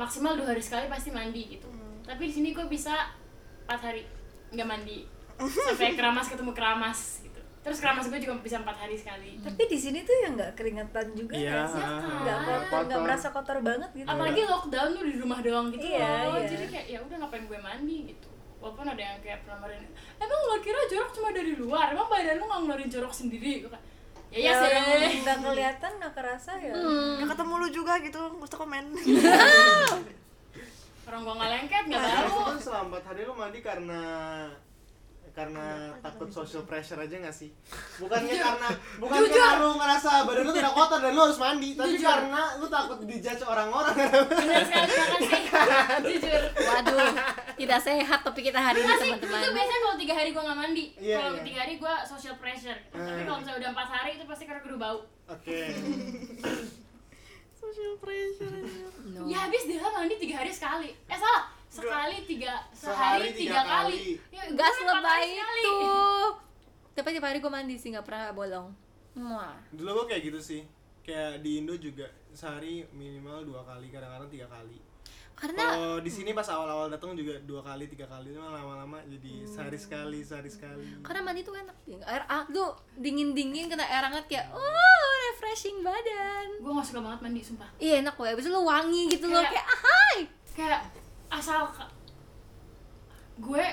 [SPEAKER 6] maksimal dua hari sekali pasti mandi gitu tapi di sini gue bisa empat hari nggak mandi sampai keramas ketemu keramas gitu terus keramas gue juga bisa empat hari sekali
[SPEAKER 7] tapi di sini tuh ya nggak keringetan juga
[SPEAKER 1] iya.
[SPEAKER 7] nggak sih? nggak
[SPEAKER 1] ah,
[SPEAKER 7] kotor nggak
[SPEAKER 1] kotor.
[SPEAKER 7] merasa kotor banget gitu
[SPEAKER 6] apalagi lockdown lu di rumah doang gitu
[SPEAKER 7] Iya,
[SPEAKER 6] loh
[SPEAKER 7] iya.
[SPEAKER 6] jadi kayak ya udah ngapain gue mandi gitu walaupun ada yang kayak pernah marahin, emang lo kira jorok cuma dari luar emang badan lu nggak ngeluarin jorok sendiri Gua kayak, ya iya
[SPEAKER 7] ya
[SPEAKER 6] sih
[SPEAKER 7] orang nggak kelihatan nggak kerasa ya
[SPEAKER 4] ya ketemu lu juga gitu gak usah *laughs* komen
[SPEAKER 6] orang gua nggak lengket nggak
[SPEAKER 1] Terus
[SPEAKER 6] bau
[SPEAKER 1] kan selama empat hari lu mandi karena karena takut social pressure aja gak sih? Bukannya karena bukannya karena lu ngerasa badan lu tidak kotor dan lu harus mandi, tapi
[SPEAKER 6] Jujur.
[SPEAKER 1] karena lu takut dijudge orang-orang. *laughs*
[SPEAKER 6] bener sekali makasih jujur
[SPEAKER 5] waduh tidak sehat topik kita hari ini
[SPEAKER 6] Enggak sih, itu
[SPEAKER 5] Iya, teman-teman
[SPEAKER 6] biasanya kalau tiga hari gua nggak mandi
[SPEAKER 1] Iya,
[SPEAKER 6] kalau
[SPEAKER 1] iya.
[SPEAKER 6] tiga hari gua social pressure gitu. tapi
[SPEAKER 1] Eh.
[SPEAKER 6] kalau misalnya udah empat hari itu pasti karena gue bau
[SPEAKER 1] Oke.
[SPEAKER 4] social pressure
[SPEAKER 5] no.
[SPEAKER 6] ya habis dia mandi tiga hari sekali eh salah sekali tiga sehari, tiga, kali, Ya, gua
[SPEAKER 5] gas
[SPEAKER 6] kan empat
[SPEAKER 5] lebay
[SPEAKER 6] hari sekali.
[SPEAKER 5] itu tapi tiap hari gue mandi sih nggak pernah bolong Muah.
[SPEAKER 1] Dulu gua kayak gitu sih. Kayak di Indo juga sehari minimal dua kali, kadang-kadang tiga kali.
[SPEAKER 5] karena
[SPEAKER 1] Kalau Oh, di sini pas awal-awal datang juga dua kali, tiga kali, cuma lama-lama jadi sehari sekali, sehari sekali.
[SPEAKER 5] Iya, karena mandi tuh enak ding air ah, tuh dingin dingin kena air hangat kayak oh refreshing badan
[SPEAKER 6] gue gak suka banget mandi sumpah
[SPEAKER 5] iya enak gue abis itu lo wangi gitu loh
[SPEAKER 6] Kayak-
[SPEAKER 5] kayak ahai
[SPEAKER 6] kayak asal ke- gue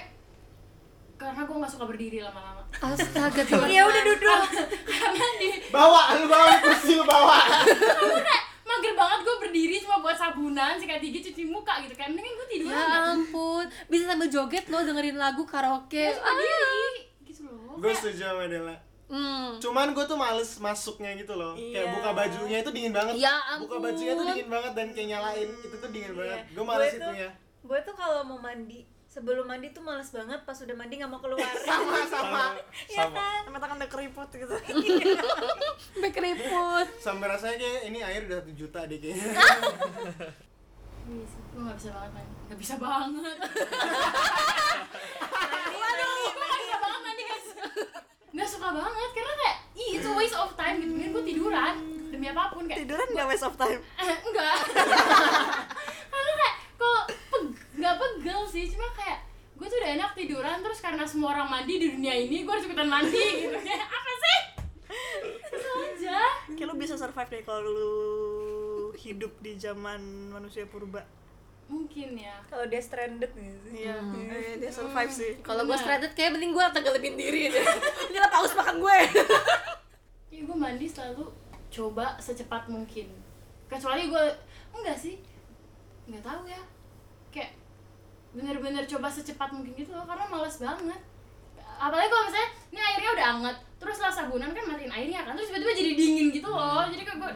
[SPEAKER 6] karena gue nggak suka berdiri lama-lama *laughs*
[SPEAKER 5] astaga teman
[SPEAKER 7] ya udah duduk
[SPEAKER 6] karena di eh,
[SPEAKER 1] bawa lu bawa kursi lu bawa
[SPEAKER 6] mager banget gue berdiri cuma buat sabunan sikat gigi cuci muka gitu kayak mendingan gue tiduran
[SPEAKER 5] ya ampun bisa sambil joget lo dengerin lagu karaoke
[SPEAKER 6] Terus berdiri gitu loh
[SPEAKER 1] gue setuju sama Dela
[SPEAKER 5] hmm.
[SPEAKER 1] cuman gue tuh males masuknya gitu loh kayak
[SPEAKER 4] Iya.
[SPEAKER 1] buka bajunya itu dingin banget
[SPEAKER 5] Ya
[SPEAKER 1] buka
[SPEAKER 5] ampun.
[SPEAKER 1] bajunya tuh dingin banget dan kayak nyalain itu tuh dingin banget gue males
[SPEAKER 7] Gue
[SPEAKER 1] itu
[SPEAKER 7] tuh-
[SPEAKER 1] ya
[SPEAKER 7] gue tuh kalau mau mandi sebelum mandi tuh males banget pas udah mandi nggak mau *laughs* keluar
[SPEAKER 1] sama sama
[SPEAKER 7] ya kan
[SPEAKER 4] sama tangan udah keriput gitu *laughs*
[SPEAKER 5] sampai keriput
[SPEAKER 1] sampai rasanya kayak ini air udah 1 juta deh kayaknya
[SPEAKER 6] gue nggak bisa banget mandi nggak bisa *laughs* banget waduh gue nggak bisa banget mandi guys nggak suka banget karena kayak ih itu waste of time gitu mendingan gue tiduran demi apapun kayak
[SPEAKER 4] tiduran nggak waste of time
[SPEAKER 6] Eh, enggak karena kayak kok peg- nggak pegel sih cuma kayak gue tuh udah enak tiduran terus karena semua orang mandi di dunia ini gue harus ikutan mandi gitu kayak apa sih itu aja
[SPEAKER 4] kayak lu bisa survive deh kalau lu hidup di zaman manusia purba
[SPEAKER 6] mungkin ya
[SPEAKER 7] kalau dia stranded gitu
[SPEAKER 4] iya eh, dia survive sih
[SPEAKER 5] kalau gue
[SPEAKER 6] Bener.
[SPEAKER 5] stranded kayak mending gue tenggelamin diri deh *laughs* ini lah paus makan gue
[SPEAKER 6] ya gue mandi selalu coba secepat mungkin kecuali gue enggak sih nggak tahu ya kayak bener-bener coba secepat mungkin gitu loh karena males banget apalagi kalau misalnya ini airnya udah anget terus lah sabunan kan matiin airnya kan terus tiba-tiba jadi dingin gitu loh jadi kayak gue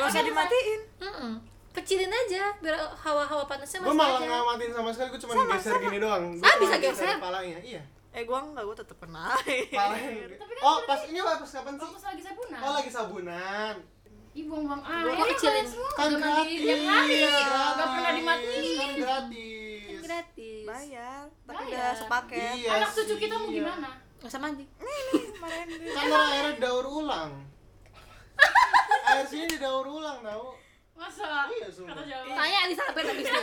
[SPEAKER 4] gak usah dimatiin
[SPEAKER 5] Mm-mm. kecilin aja biar hawa-hawa panasnya
[SPEAKER 1] gue
[SPEAKER 5] masih
[SPEAKER 1] malah
[SPEAKER 5] ada
[SPEAKER 1] nggak matiin sama sekali gue cuma geser gini doang Gua
[SPEAKER 5] Ah,
[SPEAKER 1] cuma
[SPEAKER 5] bisa geser?
[SPEAKER 1] palanya iya
[SPEAKER 4] eh gua enggak gua tetep naik
[SPEAKER 1] palanya
[SPEAKER 6] Tapi kan
[SPEAKER 1] oh
[SPEAKER 6] berarti-
[SPEAKER 1] pas ini lah pas kapan sih
[SPEAKER 6] waktu lagi sabunan
[SPEAKER 1] oh lagi sabunan
[SPEAKER 6] ih buang-buang air
[SPEAKER 5] Gua kecilin.
[SPEAKER 6] kalian semua
[SPEAKER 1] kan
[SPEAKER 6] udah mandi
[SPEAKER 1] gratis
[SPEAKER 6] tiap hari
[SPEAKER 1] Gratis,
[SPEAKER 6] gak Oh, pernah dimatiin
[SPEAKER 1] kan gratis
[SPEAKER 5] gratis
[SPEAKER 4] *laughs* bayar tapi
[SPEAKER 6] Bayar.
[SPEAKER 4] udah sepaket
[SPEAKER 1] Iya
[SPEAKER 6] anak cucu
[SPEAKER 1] sih,
[SPEAKER 6] kita mau
[SPEAKER 1] iya.
[SPEAKER 6] gimana
[SPEAKER 5] nggak usah mandi
[SPEAKER 4] kemarin dia
[SPEAKER 1] kan orang airnya daur
[SPEAKER 6] *laughs*
[SPEAKER 1] ulang air sini didaur ulang tau
[SPEAKER 6] masa
[SPEAKER 1] Iya, sumpah.
[SPEAKER 6] kata jawaban
[SPEAKER 5] tanya Elizabeth habis ini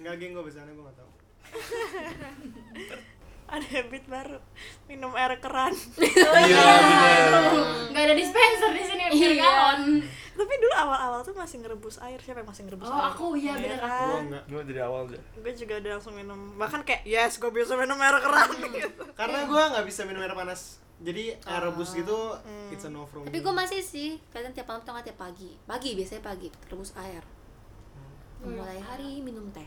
[SPEAKER 1] Enggak geng gue besannya gue gak tau
[SPEAKER 4] ada habit baru minum air keran
[SPEAKER 6] Iya,
[SPEAKER 3] Iya,
[SPEAKER 6] nggak ada dispenser di sini biar
[SPEAKER 5] Iya.
[SPEAKER 6] galon
[SPEAKER 4] tapi dulu awal-awal tuh masih ngerebus air siapa yang masih ngerebus
[SPEAKER 6] oh
[SPEAKER 4] air
[SPEAKER 6] aku ya bener aku
[SPEAKER 1] Gue enggak
[SPEAKER 3] Gue dari awal aja
[SPEAKER 4] gue juga udah langsung minum bahkan kayak yes gue bisa minum air keran gitu
[SPEAKER 1] Karena gue gak bisa minum air panas Jadi air rebus gitu It's a no from
[SPEAKER 5] tapi
[SPEAKER 1] me.
[SPEAKER 5] gue masih sih kadang tiap malam atau nggak tiap pagi pagi biasanya pagi rebus air mulai hari minum teh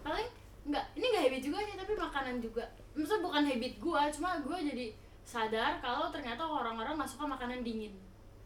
[SPEAKER 6] paling nggak ini nggak habit juga sih tapi makanan juga maksudnya bukan habit gua cuma gua jadi sadar kalau ternyata orang-orang nggak suka makanan dingin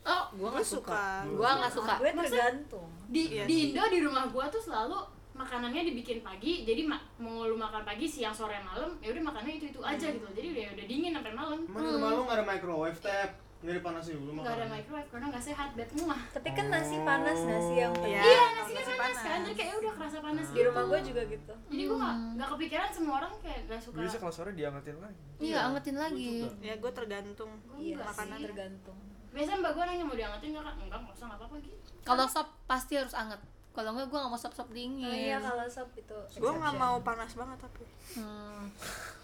[SPEAKER 5] oh gue
[SPEAKER 4] gue suka
[SPEAKER 5] gue nggak suka
[SPEAKER 7] gue tergantung
[SPEAKER 6] di
[SPEAKER 4] Iya
[SPEAKER 6] di Indo di rumah gua tuh selalu makanannya dibikin pagi jadi ma- mau lu makan pagi siang sore malam ya udah makannya itu itu aja gitu jadi udah udah dingin sampai malam
[SPEAKER 1] Emang rumah lu gak ada microwave tap Gak dipanasin dulu
[SPEAKER 6] nggak ada
[SPEAKER 1] makanannya?
[SPEAKER 6] microwave karena nggak sehat beb muah
[SPEAKER 7] tapi kan nasi panas nasi yang
[SPEAKER 4] Oh. Iya,
[SPEAKER 7] pedas
[SPEAKER 6] nasinya panas Hmm. kan jadi kayak udah kerasa panas
[SPEAKER 7] di
[SPEAKER 6] gitu
[SPEAKER 7] rumah gue juga gitu
[SPEAKER 6] jadi gua nggak nggak kepikiran semua orang kayak nggak suka
[SPEAKER 3] Gue bisa kalau sore diangetin lagi
[SPEAKER 5] iya angetin lagi
[SPEAKER 4] ya gue tergantung
[SPEAKER 7] iya
[SPEAKER 4] makanan
[SPEAKER 7] sih tergantung
[SPEAKER 6] biasanya mbak gua nanya mau diangetin nggak kak enggak nggak usah nggak apa-apa gitu
[SPEAKER 5] kalau sop pasti harus anget kalau enggak gue nggak mau sop sop dingin
[SPEAKER 7] oh iya kalau sop itu
[SPEAKER 4] gue nggak mau panas banget tapi
[SPEAKER 5] Hmm.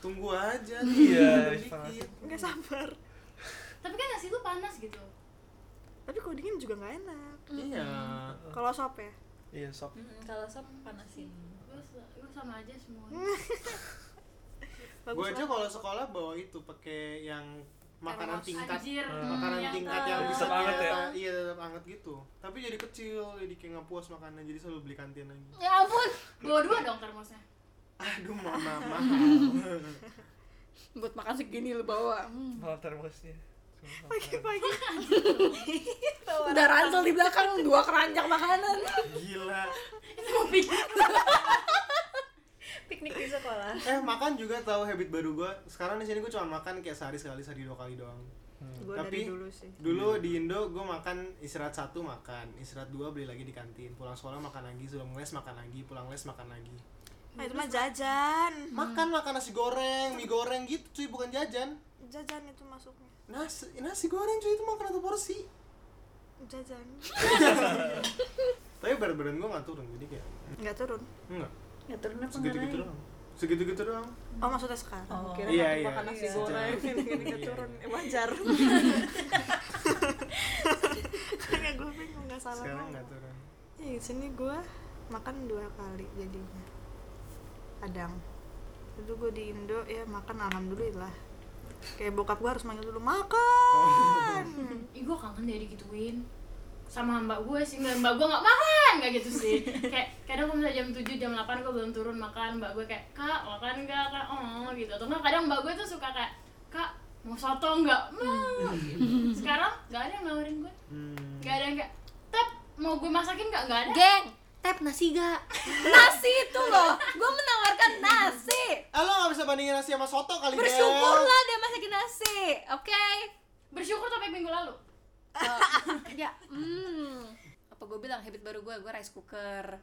[SPEAKER 1] Tunggu aja
[SPEAKER 6] Hmm.
[SPEAKER 3] Iya,
[SPEAKER 1] dikit.
[SPEAKER 4] nggak sabar
[SPEAKER 6] tapi kan nasi lu panas gitu
[SPEAKER 4] tapi kalau dingin juga nggak enak
[SPEAKER 1] Iya
[SPEAKER 6] Hmm.
[SPEAKER 4] kalau sop ya
[SPEAKER 3] Iya sop
[SPEAKER 7] Mm-mm, kalau sop *laughs* panasin
[SPEAKER 6] gue sama aja semua
[SPEAKER 1] Gue
[SPEAKER 4] bagus
[SPEAKER 1] aja
[SPEAKER 4] banget
[SPEAKER 1] kalau sekolah bawa itu pakai yang makanan tingkat eh,
[SPEAKER 6] anjir
[SPEAKER 1] makanan
[SPEAKER 6] yang
[SPEAKER 1] tingkat
[SPEAKER 6] tahu.
[SPEAKER 1] yang bisa
[SPEAKER 3] Tetap anget ya?
[SPEAKER 1] ternyata- iya tetap anget gitu tapi jadi kecil jadi kayak nggak puas makannya jadi selalu beli kantin lagi
[SPEAKER 5] ya ampun
[SPEAKER 6] bawa dua dong termosnya
[SPEAKER 1] aduh mama mahal
[SPEAKER 5] buat makan segini lu bawa Hmm.
[SPEAKER 3] Malah termosnya Sumpah.
[SPEAKER 4] pagi
[SPEAKER 5] udah ransel di belakang dua keranjang makanan
[SPEAKER 1] gila
[SPEAKER 6] itu mau pikir
[SPEAKER 7] piknik di sekolah
[SPEAKER 1] eh makan juga tahu habit baru gue sekarang di sini gue cuma makan kayak sehari sekali sehari dua kali doang
[SPEAKER 5] Hmm.
[SPEAKER 4] gue dari
[SPEAKER 1] Tapi-
[SPEAKER 4] dulu sih
[SPEAKER 1] dulu di Indo gue makan istirahat satu makan istirahat dua beli lagi di kantin pulang sekolah makan lagi sebelum les makan lagi pulang les makan lagi
[SPEAKER 4] nah, itu mah jajan
[SPEAKER 1] makan makan nasi goreng mie goreng gitu cuy bukan jajan
[SPEAKER 4] jajan itu masuknya
[SPEAKER 1] nasi nasi goreng cuy itu makan satu porsi
[SPEAKER 4] jajan
[SPEAKER 1] tapi berat badan gue nggak turun jadi kayak
[SPEAKER 4] nggak turun
[SPEAKER 1] enggak
[SPEAKER 7] ya turun apa
[SPEAKER 1] segitu gitu doang segitu gitu doang
[SPEAKER 4] oh maksudnya sekarang
[SPEAKER 7] Oh.
[SPEAKER 4] kira
[SPEAKER 1] Iya,
[SPEAKER 4] nanti
[SPEAKER 1] iya.
[SPEAKER 4] makan nasi
[SPEAKER 1] Iya.
[SPEAKER 4] goreng ini nggak
[SPEAKER 1] Iya.
[SPEAKER 4] turun Eh, banyak lancar karena gue bingung nggak salah
[SPEAKER 1] sekarang
[SPEAKER 4] ngomong.
[SPEAKER 1] nggak turun
[SPEAKER 4] Ya, di sini gue makan dua kali jadinya. Kadang. Itu gue di Indo ya makan alhamdulillah. Kayak bokap gue harus manggil dulu makan.
[SPEAKER 6] Ih gue kangen deh digituin sama mbak gue sih nggak mbak gue nggak makan nggak gitu sih kayak kadang kalau misalnya jam 7, jam 8 gue belum turun makan mbak gue kayak kak makan nggak kak oh gitu atau nggak kadang mbak gue tuh suka kayak kak mau soto nggak mau
[SPEAKER 3] Hmm.
[SPEAKER 6] gitu. sekarang nggak ada yang nawarin gue
[SPEAKER 1] Hmm.
[SPEAKER 6] nggak ada yang kayak tep mau gue masakin nggak nggak ada
[SPEAKER 5] Geng, tap nasi gak? Nasi itu loh, gue menawarkan nasi
[SPEAKER 1] Ah, lo nggak bisa bandingin nasi sama soto kali Del.
[SPEAKER 5] Bersyukurlah dia masakin nasi, oke?
[SPEAKER 6] bersyukur topik minggu lalu
[SPEAKER 5] Oh, ya, hmm Apa gue bilang, habit baru gue, gue rice cooker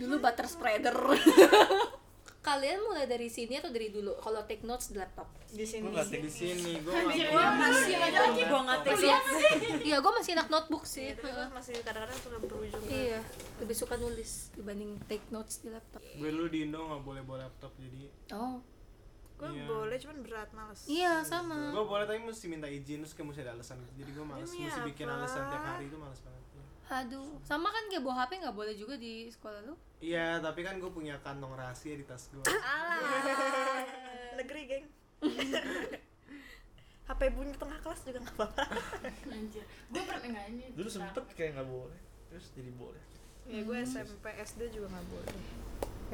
[SPEAKER 5] Dulu butter spreader Kalian mulai dari sini atau dari dulu? Kalau take notes di laptop
[SPEAKER 4] Di sini.
[SPEAKER 3] Gue gak take
[SPEAKER 1] di sini gue
[SPEAKER 6] Anjir, gua masih aja lagi,
[SPEAKER 4] Gue nggak take notes.
[SPEAKER 5] Iya, gue masih enak Iya, notebook sih
[SPEAKER 4] Tapi gue masih kadang-kadang suka berujung. ke-
[SPEAKER 5] Iya, lebih suka nulis dibanding take notes di laptop
[SPEAKER 1] gue dulu di Indo nggak boleh bawa laptop jadi
[SPEAKER 5] Oh,
[SPEAKER 4] Gue
[SPEAKER 1] Iya.
[SPEAKER 4] boleh cuman berat males.
[SPEAKER 5] iya sama
[SPEAKER 1] gue boleh tapi mesti minta izin terus kayak mesti ada alasan gitu jadi gue males
[SPEAKER 4] Demi
[SPEAKER 1] mesti bikin
[SPEAKER 4] apa?
[SPEAKER 1] alasan tiap hari itu males banget
[SPEAKER 5] Aduh, sama kan kayak bawa HP nggak boleh juga di sekolah lu?
[SPEAKER 1] Iya, tapi kan gue punya kantong rahasia di tas gue.
[SPEAKER 4] Negeri, geng. *laughs* HP bunyi tengah kelas juga nggak apa-apa.
[SPEAKER 6] anjir gue pernah nggak ini
[SPEAKER 3] dulu sempet kayak nggak boleh terus jadi boleh
[SPEAKER 4] Ya gue SMP, SD juga nggak boleh.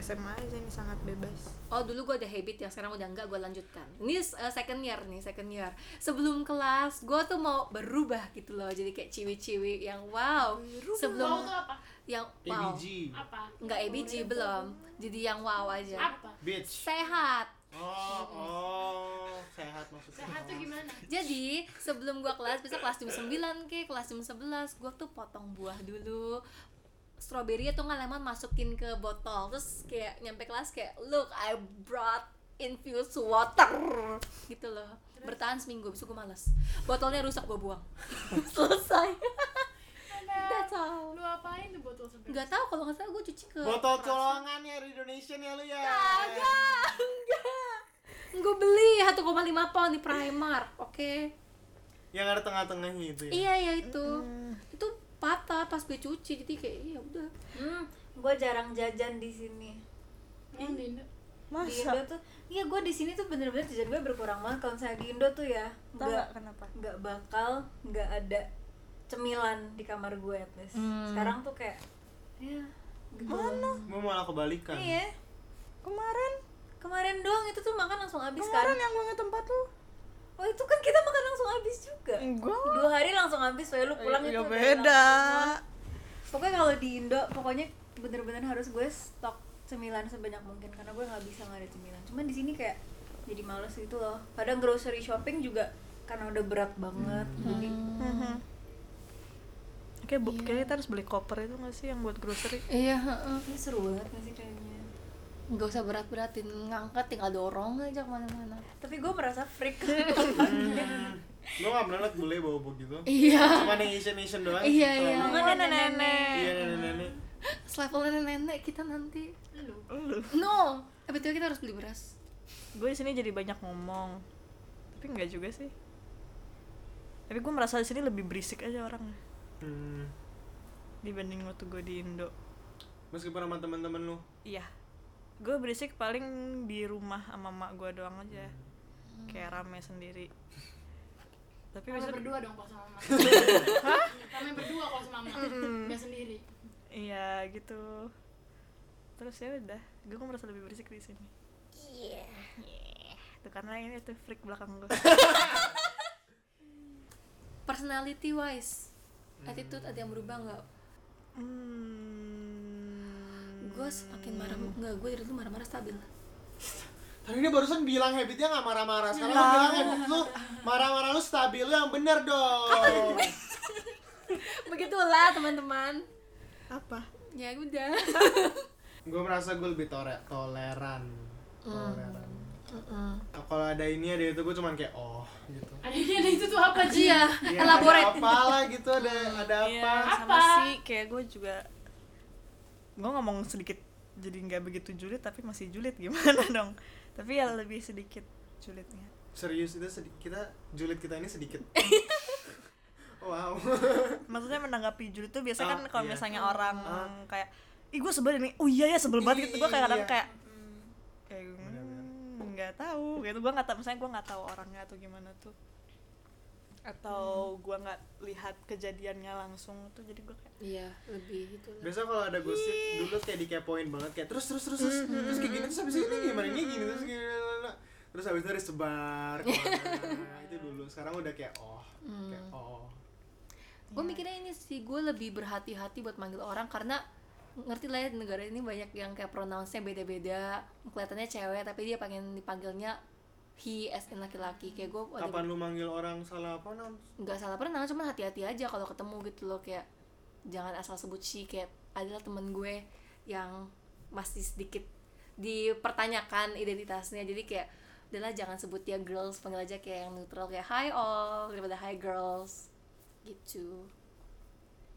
[SPEAKER 4] SMA aja nih sangat bebas.
[SPEAKER 5] Oh dulu gue ada habit yang sekarang udah enggak gue lanjutkan Ini uh, second year nih, second year Sebelum kelas, gue tuh mau berubah gitu loh Jadi kayak ciwi-ciwi yang wow Sebelum
[SPEAKER 6] mau tuh apa
[SPEAKER 5] yang wow
[SPEAKER 1] ABG,
[SPEAKER 6] apa
[SPEAKER 5] Enggak ABG, belum Jadi yang wow aja
[SPEAKER 6] apa
[SPEAKER 1] bitch.
[SPEAKER 5] Sehat
[SPEAKER 1] Oh, oh, sehat maksudnya.
[SPEAKER 6] sehat tuh gimana
[SPEAKER 5] jadi sebelum gua kelas bisa kelas jam 9 ke kelas jam 11 gua tuh potong buah dulu stroberi atau nggak lemon masukin ke botol terus kayak nyampe kelas kayak look I brought infused water gitu loh bertahan seminggu besok gua malas botolnya rusak gua buang *laughs* selesai that's all
[SPEAKER 6] lu apain tuh botol sebenarnya
[SPEAKER 5] nggak tahu kalau nggak salah gua cuci ke
[SPEAKER 1] Botol colongan ya di Indonesia nih lu ya.
[SPEAKER 5] Kagak, enggak gua beli 1,5 pound di Primark oke
[SPEAKER 1] Yang ada tengah-tengahnya itu ya.
[SPEAKER 5] Iya ya itu. Itu patah pas gue cuci jadi kayak ya udah.
[SPEAKER 7] Hmm, gue jarang jajan di sini.
[SPEAKER 6] Emang di Indo?
[SPEAKER 7] Di Indo tuh, iya gue di sini tuh bener-bener jajan gue berkurang banget. Kalau misalnya di Indo tuh ya,
[SPEAKER 4] Tau nggak
[SPEAKER 7] nggak
[SPEAKER 4] kenapa?
[SPEAKER 7] nggak bakal nggak ada cemilan di kamar gue at least.
[SPEAKER 4] Hmm.
[SPEAKER 7] Sekarang tuh kayak, ya gitu.
[SPEAKER 1] Gue malah kebalikan. *laughs*
[SPEAKER 7] Iya,
[SPEAKER 4] Kemarin,
[SPEAKER 7] kemarin doang itu tuh makan langsung habis
[SPEAKER 4] kemarin ya?
[SPEAKER 7] kan?
[SPEAKER 4] yang gue ke tempat lu.
[SPEAKER 7] Oh itu kan kita makan langsung habis juga.
[SPEAKER 4] Enggak.
[SPEAKER 7] Dua hari langsung habis, soalnya lu pulang itu
[SPEAKER 4] ya
[SPEAKER 7] udah
[SPEAKER 4] beda.
[SPEAKER 7] langsung- pokoknya kalau di Indo pokoknya bener-bener harus gue stok cemilan sebanyak mungkin karena gue nggak bisa nggak ada cemilan cuman di sini kayak jadi males gitu loh kadang grocery shopping juga karena udah berat banget jadi
[SPEAKER 4] Mhm. Kayak bu- kayaknya kita harus beli koper itu nggak sih yang buat grocery?
[SPEAKER 5] Iya,
[SPEAKER 7] ini seru banget nggak sih kayaknya
[SPEAKER 5] nggak usah berat-beratin ngangkat tinggal dorong aja kemana-mana.
[SPEAKER 7] tapi gue merasa freak
[SPEAKER 4] *laughs*
[SPEAKER 1] Lo gak pernah liat bule bawa bawa gitu.
[SPEAKER 5] Iya,
[SPEAKER 1] Cuma yang Asian Asian doang.
[SPEAKER 5] *laughs* Iya,
[SPEAKER 1] Kalau-
[SPEAKER 5] iya.
[SPEAKER 4] Enggak nenek-nenek.
[SPEAKER 1] Iya nenek-nenek.
[SPEAKER 5] levelnya nenek kita nanti.
[SPEAKER 6] Lu.
[SPEAKER 5] No, tapi itu kita harus beli beras.
[SPEAKER 4] Gue di sini jadi banyak ngomong. Tapi nggak juga sih. Tapi gue merasa di sini lebih berisik aja orang
[SPEAKER 1] Hmm.
[SPEAKER 4] dibanding waktu gue di Indo.
[SPEAKER 1] Meskipun sama teman-teman lu.
[SPEAKER 4] Iya. Gue berisik paling di rumah sama mak gue doang aja. Kayak rame sendiri. Tapi
[SPEAKER 6] Kami
[SPEAKER 4] besok
[SPEAKER 6] berdua dong kalau sama mama. Kami berdua kalau sama mama. Enggak sendiri.
[SPEAKER 4] iya gitu. Terus ya udah, gue merasa lebih berisik di sini. Iya. Tuh karena ini tuh freak belakang gue.
[SPEAKER 5] Personality wise, attitude ada yang berubah nggak?
[SPEAKER 4] Hmm.
[SPEAKER 5] Gue semakin marah nggak gue dari dulu marah-marah stabil.
[SPEAKER 1] Tadi dia barusan bilang habitnya gak marah-marah. Sekarang lu bilang habit lu marah-marah lu stabil lu yang bener dong.
[SPEAKER 5] Begitulah teman-teman.
[SPEAKER 4] *laughs* Apa?
[SPEAKER 5] Ya udah.
[SPEAKER 1] gue merasa gue lebih tore- toleran
[SPEAKER 5] Hmm.
[SPEAKER 1] toleran Oh, kalau ada ini ada itu gue cuman kayak oh gitu
[SPEAKER 6] Ada ini ada itu tuh apa
[SPEAKER 5] *laughs*
[SPEAKER 6] Ji?
[SPEAKER 5] Iya,
[SPEAKER 1] Iya, ada
[SPEAKER 5] elaborate.
[SPEAKER 1] apa lah gitu ada ada apa
[SPEAKER 4] Iya, sama
[SPEAKER 6] Apa?
[SPEAKER 4] sih kayak gue juga gue ngomong sedikit *laughs* jadi nggak begitu julid tapi masih julid gimana dong tapi ya lebih sedikit julidnya
[SPEAKER 1] serius itu sedi- kita julid kita ini
[SPEAKER 5] *laughs*
[SPEAKER 1] sedikit wow
[SPEAKER 4] maksudnya menanggapi julid tuh biasanya kan
[SPEAKER 1] Ah,
[SPEAKER 4] kalau
[SPEAKER 1] iya.
[SPEAKER 4] misalnya orang
[SPEAKER 1] Ah.
[SPEAKER 4] kayak ih gue sebel nih oh iya ya sebel banget gitu gue kayak kadang
[SPEAKER 1] Iya.
[SPEAKER 4] kayak kayak
[SPEAKER 1] Benar-benar.
[SPEAKER 4] "Hmm, nggak tahu gitu gue nggak tahu misalnya gue nggak tahu orangnya atau gimana tuh atau
[SPEAKER 1] Hmm.
[SPEAKER 4] gue nggak lihat kejadiannya langsung tuh jadi gue kayak
[SPEAKER 5] Iya, lebih itu.
[SPEAKER 1] biasa kalau ada gosip dulu kayak dikepoin banget kayak terus terus terus terus
[SPEAKER 5] Mm-hmm.
[SPEAKER 1] terus kayak gini terus habis ini gimana ini gini terus gini lalalala. terus habis itu
[SPEAKER 5] *laughs*
[SPEAKER 1] disebar kemana itu dulu sekarang udah kayak oh
[SPEAKER 5] Hmm.
[SPEAKER 1] kayak oh
[SPEAKER 5] Gue mikirnya ini sih gue lebih berhati-hati buat manggil orang karena ngerti lah ya di negara ini banyak yang kayak pronounce-nya beda-beda. Kelihatannya cewek tapi dia pengen dipanggilnya he as in laki-laki. Kayak gue
[SPEAKER 1] kapan lu manggil orang salah apa nam
[SPEAKER 5] nggak salah pernah cuman hati-hati aja kalau ketemu gitu loh kayak jangan asal sebut she kayak adalah temen gue yang masih sedikit dipertanyakan identitasnya jadi kayak adalah jangan sebut dia girls panggil aja kayak yang neutral kayak hi all daripada hi girls gitu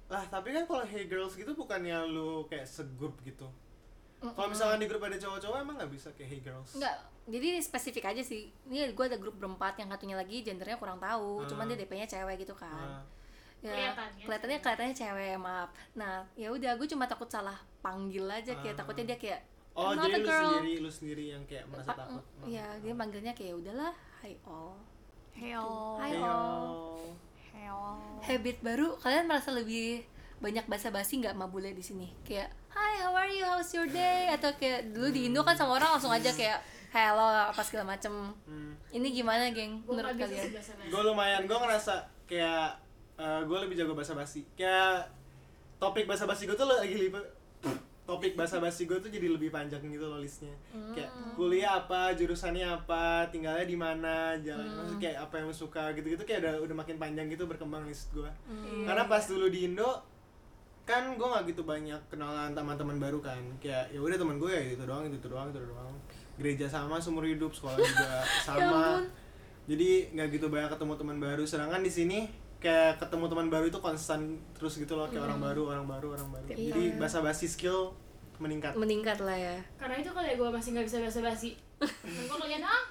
[SPEAKER 1] lah tapi kan kalau hey girls gitu bukannya lu kayak segrup gitu kalau misalkan di grup ada cowok-cowok emang nggak bisa kayak hey girls
[SPEAKER 5] Enggak, jadi spesifik aja sih. Ini gue ada grup berempat yang satunya lagi gendernya kurang tahu, cuman dia DP-nya cewek gitu kan.
[SPEAKER 1] Nah,
[SPEAKER 5] Ya,
[SPEAKER 6] Kelihatannya
[SPEAKER 5] kelihatannya
[SPEAKER 6] cewek.
[SPEAKER 5] kelihatannya cewek, maaf. Nah, ya udah gue cuma takut salah panggil aja
[SPEAKER 1] Ah.
[SPEAKER 5] kayak takutnya dia kayak
[SPEAKER 1] oh
[SPEAKER 5] "I'm not
[SPEAKER 1] jadi
[SPEAKER 5] a
[SPEAKER 1] lu
[SPEAKER 5] girl."
[SPEAKER 1] sendiri lu sendiri yang kayak merasa
[SPEAKER 5] Pa-
[SPEAKER 1] takut Hmm.
[SPEAKER 5] mm, Iya, dia manggilnya kayak udahlah, hi all.
[SPEAKER 4] hell
[SPEAKER 5] Hi
[SPEAKER 1] Hey,
[SPEAKER 5] all.
[SPEAKER 1] oh.
[SPEAKER 4] hell
[SPEAKER 5] Habit baru kalian merasa lebih banyak basa-basi nggak sama bule di sini? Kayak hi, how are you? How's your day? Atau kayak dulu di Indo kan sama orang langsung aja kayak hello apa segala macem
[SPEAKER 1] Hmm.
[SPEAKER 5] Ini gimana, geng?
[SPEAKER 6] gue nggak
[SPEAKER 5] Menurut
[SPEAKER 6] bisa
[SPEAKER 5] kalian?
[SPEAKER 6] sebelah sana
[SPEAKER 1] gue lumayan gue ngerasa kayak gue lebih jago bahasa basi kayak topik bahasa basi gue tuh lagi lebih topik bahasa basi gue tuh jadi lebih panjang gitu loh listnya kayak kuliah apa jurusannya apa tinggalnya di mana jalan maksudnya kayak apa yang lu suka gitu gitu kayak udah udah makin panjang gitu berkembang list gue karena pas dulu di Indo kan gue nggak gitu banyak kenalan teman-teman baru kan kayak ya udah teman gue ya itu doang itu doang itu doang gereja sama seumur hidup sekolah juga sama jadi nggak gitu banyak ketemu teman baru sedangkan di sini kayak ketemu teman baru itu konstan terus gitu loh kayak orang baru orang baru orang baru jadi basa-basi skill meningkat
[SPEAKER 5] meningkat lah ya
[SPEAKER 6] karena itu kalau gue masih nggak bisa bahasa basi dan gue kalian ah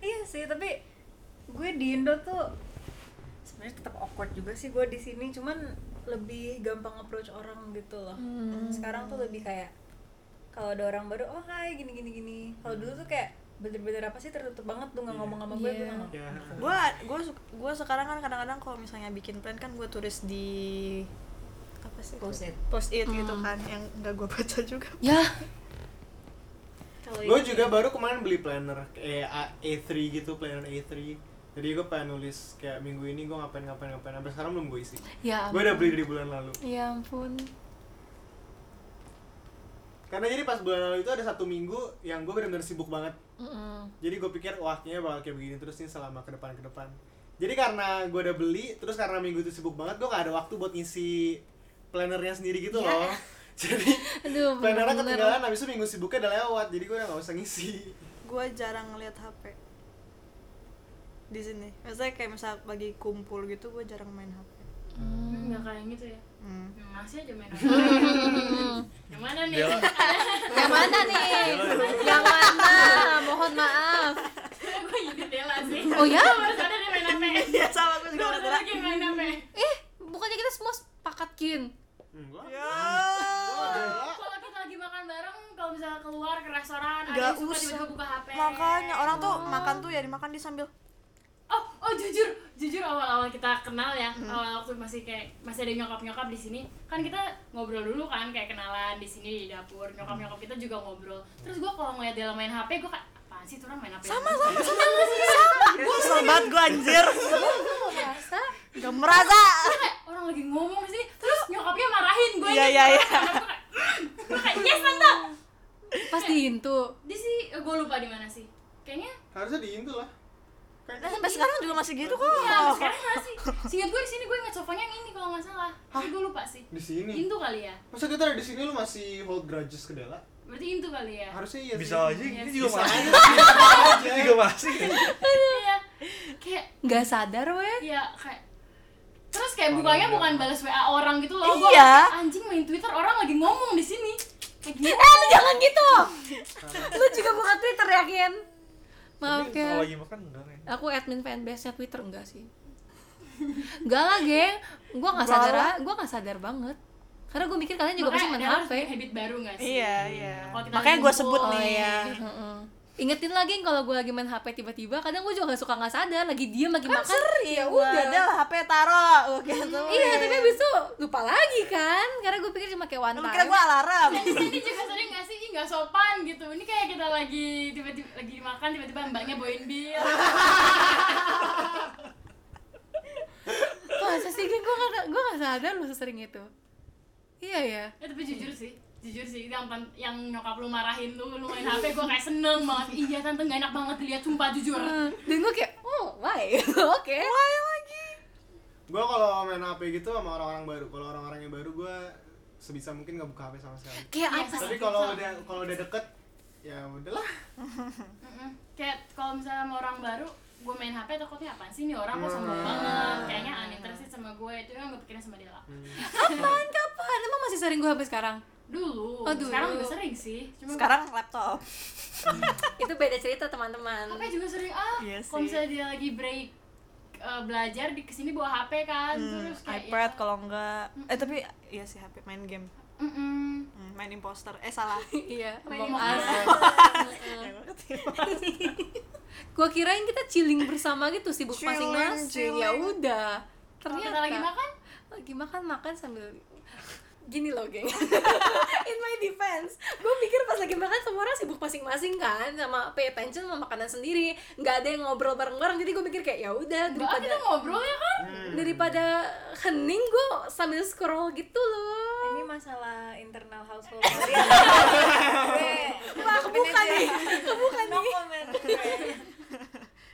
[SPEAKER 7] Iya sih, tapi gue di Indo tuh sebenarnya tetap awkward juga sih gue di sini, cuman lebih gampang approach orang gitu loh. Sekarang tuh lebih kayak kalau ada orang baru, oh hai gini gini gini. Kalau dulu tuh kayak bener-bener apa sih tertutup banget tuh nggak ngomong sama gue, gue nggak ngomong.
[SPEAKER 1] ya
[SPEAKER 4] gue gue gue sekarang kan kadang-kadang kalau misalnya bikin plan kan gue tulis di apa sih
[SPEAKER 2] Post-it.
[SPEAKER 4] post it gitu
[SPEAKER 1] Hmm.
[SPEAKER 4] kan yang nggak gue baca juga
[SPEAKER 5] ya
[SPEAKER 7] Kalau
[SPEAKER 1] gue
[SPEAKER 7] ini-
[SPEAKER 1] juga baru kemarin beli planner kayak A- A3 gitu planner A3 jadi gue pengen nulis kayak minggu ini gue ngapain ngapain ngapain sampai sekarang belum gue isi
[SPEAKER 5] ya
[SPEAKER 1] gue udah beli dari bulan lalu
[SPEAKER 5] ya ampun
[SPEAKER 1] karena jadi pas bulan lalu itu ada satu minggu yang gue benar-benar sibuk banget jadi gue pikir wah kayaknya bakal kayak begini terus nih selama ke depan ke depan jadi karena gue udah beli terus karena minggu itu sibuk banget gue gak ada waktu buat ngisi plannernya sendiri
[SPEAKER 3] Iya.
[SPEAKER 1] gitu loh *laughs* jadi
[SPEAKER 5] aduh
[SPEAKER 1] plannernya ketinggalan habis itu minggu sibuknya udah lewat jadi gue udah gak usah ngisi
[SPEAKER 4] gue jarang ngeliat HP di sini. Maksudnya kayak misal bagi kumpul gitu gue jarang main HP.
[SPEAKER 6] nggak kayak gitu ya
[SPEAKER 4] Hmm. *laughs*
[SPEAKER 6] Hmm, masih aja main apa? yang mana nih *laughs*
[SPEAKER 3] Bella.
[SPEAKER 5] yang mana nih yang mana mohon maaf
[SPEAKER 6] gue jadi Dela sih
[SPEAKER 5] Oh ya?
[SPEAKER 6] Baru sadar dia
[SPEAKER 4] *laughs*
[SPEAKER 6] main apa
[SPEAKER 4] Iya sama gue
[SPEAKER 6] gue
[SPEAKER 4] juga
[SPEAKER 6] baru
[SPEAKER 4] iya. ada.
[SPEAKER 6] sadar dia main apa
[SPEAKER 5] eh bukannya kita semua sepakat kin
[SPEAKER 1] enggak
[SPEAKER 3] Iya.
[SPEAKER 4] Ya. Oh.
[SPEAKER 6] kalau kita lagi makan bareng kalau misalnya keluar ke restoran ada
[SPEAKER 4] Nggak
[SPEAKER 6] yang suka
[SPEAKER 4] usah.
[SPEAKER 6] tiba-tiba buka HP
[SPEAKER 4] Makanya orang tuh makan tuh ya dimakan di sambil
[SPEAKER 6] oh oh jujur jujur awal-awal kita kenal ya awal waktu masih kayak masih ada nyokap-nyokap di sini kan kita ngobrol dulu kan kayak kenalan di sini di dapur nyokap-nyokap kita juga ngobrol terus gue kalau ngeliat dia main HP gue kayak apaan sih tuh orang main HP sama sama sama
[SPEAKER 4] gue kesel banget gue anjir. Gak merasa.
[SPEAKER 6] orang lagi ngomong di sini terus nyokapnya marahin gue
[SPEAKER 4] Iya, iya, iya.
[SPEAKER 6] gue kayak yes tante
[SPEAKER 5] pas diintu
[SPEAKER 6] di sini gue lupa di mana sih kayaknya
[SPEAKER 1] harusnya diintu lah kan
[SPEAKER 4] Nah, sampai sekarang juga masih gitu kok.
[SPEAKER 6] ya sekarang mana sih singkat gue di sini gue ingat sofanya yang ini kalau nggak salah tapi gue lupa sih
[SPEAKER 1] di sini
[SPEAKER 6] Intu kali ya
[SPEAKER 1] masa kita ada di sini lu masih hold grudges ke Dela
[SPEAKER 6] berarti intu kali ya
[SPEAKER 1] harusnya iya sih.
[SPEAKER 3] Eh. bisa aja
[SPEAKER 6] Iya
[SPEAKER 3] ini
[SPEAKER 6] sih.
[SPEAKER 3] juga masih *laughs* ini juga masih
[SPEAKER 6] iya kayak
[SPEAKER 5] nggak sadar weh
[SPEAKER 6] ya kayak terus kayak bukanya bukan balas wa orang gitu loh Gua
[SPEAKER 4] Iya.
[SPEAKER 6] kayak, anjing main twitter orang lagi ngomong di sini kayak gini
[SPEAKER 5] eh lu jangan gitu lu juga buka twitter ya kin maaf
[SPEAKER 3] Tapi
[SPEAKER 5] ya
[SPEAKER 3] kalau lagi makan enggak kan
[SPEAKER 5] aku admin fanbase nya Twitter enggak sih enggak lah geng gue nggak sadar gue nggak sadar banget karena gue mikir kalian juga pasti main
[SPEAKER 6] Makanya
[SPEAKER 5] HP
[SPEAKER 6] harus habit baru gak sih?
[SPEAKER 4] Iya, iya.
[SPEAKER 6] Kalau kita
[SPEAKER 4] Makanya gue
[SPEAKER 6] lagi
[SPEAKER 4] sebut
[SPEAKER 6] ngumpul,
[SPEAKER 4] nih ya.
[SPEAKER 5] Oh, iya. Heeh. ingetin lagi kalau gue lagi main HP tiba-tiba kadang gue juga gak suka nggak sadar lagi diem lagi makan
[SPEAKER 4] Iya, udah dah HP taruh gitu.
[SPEAKER 5] iya tapi abis itu lupa lagi kan karena gue pikir cuma kayak one
[SPEAKER 4] Lu
[SPEAKER 5] time
[SPEAKER 4] kira gue *laughs* alarm.
[SPEAKER 6] Ini juga sering gak sih? Ini gak sopan gitu Ini kayak kita lagi tiba-tiba lagi makan tiba-tiba mbaknya bawain bir
[SPEAKER 5] masa sih gue gak gue gak sadar lu sesering itu iya ya
[SPEAKER 6] ya, Tapi jujur sih Jujur sih, yang, pan- yang nyokap lu marahin lu, lu main HP gue kayak seneng banget Iya tante gak enak banget dilihat, sumpah jujur
[SPEAKER 5] Eh,
[SPEAKER 4] Hmm.
[SPEAKER 5] dan gue kayak oh why *laughs* oke why lagi
[SPEAKER 1] gue kalau main HP gitu sama orang-orang baru kalau orang-orang yang baru gue sebisa mungkin nggak buka HP sama sekali
[SPEAKER 5] kayak
[SPEAKER 6] Iya,
[SPEAKER 5] apa
[SPEAKER 1] tapi
[SPEAKER 6] sama-
[SPEAKER 1] kalau
[SPEAKER 6] sama.
[SPEAKER 1] udah kalau udah deket ya udahlah
[SPEAKER 6] Mm-mm. Kayak kalau misalnya sama orang baru, gue main HP takutnya apaan sih nih orang kok sombong banget Kayaknya uninterested sama gue, itu yang gue pikirin sama dia lah
[SPEAKER 5] Hmm. kapan kapan emang masih sering gue HP *laughs* sekarang
[SPEAKER 6] Dulu,
[SPEAKER 5] Oh, dulu.
[SPEAKER 6] sekarang juga sering sih Cuma
[SPEAKER 4] Sekarang laptop.
[SPEAKER 8] itu beda cerita teman-teman
[SPEAKER 6] HP juga sering ah
[SPEAKER 4] Iya
[SPEAKER 6] kalau
[SPEAKER 4] sih.
[SPEAKER 6] misalnya dia lagi break eh, belajar di kesini bawa HP kan terus kayak
[SPEAKER 4] Hmm, iPad
[SPEAKER 6] ya,
[SPEAKER 4] kalau enggak. Eh tapi iya sih HP main game.
[SPEAKER 6] mm-mm.
[SPEAKER 4] Hmm, main imposter. Eh salah.
[SPEAKER 5] *laughs* iya
[SPEAKER 6] Main
[SPEAKER 5] Among
[SPEAKER 6] Among
[SPEAKER 5] Us
[SPEAKER 4] Mm.
[SPEAKER 5] gue kirain kita chilling bersama gitu sibuk
[SPEAKER 4] Chilling,
[SPEAKER 5] masing-masing ya
[SPEAKER 4] chilling.
[SPEAKER 5] udah
[SPEAKER 6] Kalau
[SPEAKER 5] ternyata
[SPEAKER 6] kita lagi makan
[SPEAKER 5] lagi makan makan sambil gini loh geng *laughs* in my defense gue mikir pas lagi makan semua orang sibuk masing-masing kan sama pay attention sama makanan sendiri nggak ada yang ngobrol bareng-bareng jadi gue mikir kayak ya udah
[SPEAKER 6] enggak
[SPEAKER 5] daripada
[SPEAKER 6] kita ngobrol ya kan
[SPEAKER 5] daripada hening gue sambil scroll gitu loh
[SPEAKER 7] ini masalah internal household kalian. Gue dokumen
[SPEAKER 5] kebuka
[SPEAKER 7] aja.
[SPEAKER 5] nih kebuka
[SPEAKER 7] No
[SPEAKER 5] nih
[SPEAKER 7] comment.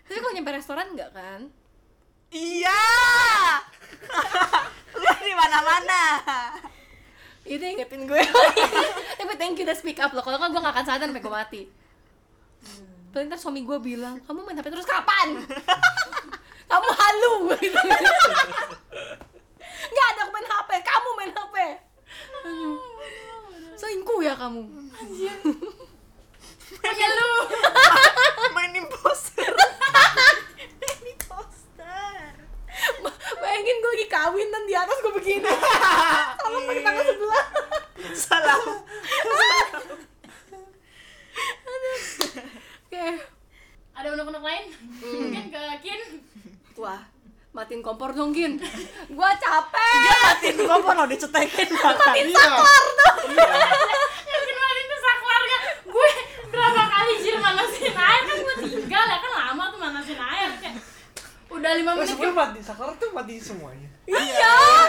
[SPEAKER 5] tapi kalau nyampe restoran nggak kan
[SPEAKER 4] *laughs* iya. *laughs* Lu di mana-mana.
[SPEAKER 5] itu yang ingetin gue tapi thank you udah speak up loh kalau nggak gue nggak akan sadar sampai gue mati paling ntar suami gue bilang kamu main hp terus kapan *laughs* kamu halu *laughs* gitu nggak ada aku main hp kamu main hp Aduh. selingkuh ya kamu
[SPEAKER 6] punya lu
[SPEAKER 4] *laughs* main imposter. main imposter.
[SPEAKER 5] *laughs* bayangin gue lagi kawin dan di atas gue
[SPEAKER 4] *laughs*
[SPEAKER 5] begini kamu pakai tangan sebelah
[SPEAKER 4] Salah.
[SPEAKER 5] oke
[SPEAKER 6] ada unek-unek lain
[SPEAKER 4] Hmm.
[SPEAKER 6] *laughs* mungkin ke kin
[SPEAKER 5] wah matiin kompor dong Gin gue capek
[SPEAKER 4] Dia matiin kompor lo *laughs* dicetekin malah.
[SPEAKER 1] iya
[SPEAKER 6] yang kemarin tuh saklarnya gue berapa kali jir manasin air kan gue tinggal ya kan lama tuh manasin air kayak udah lima
[SPEAKER 3] Nah,
[SPEAKER 6] menit Iya,
[SPEAKER 3] sebenarnya mati saklar tuh mati semuanya
[SPEAKER 6] hitam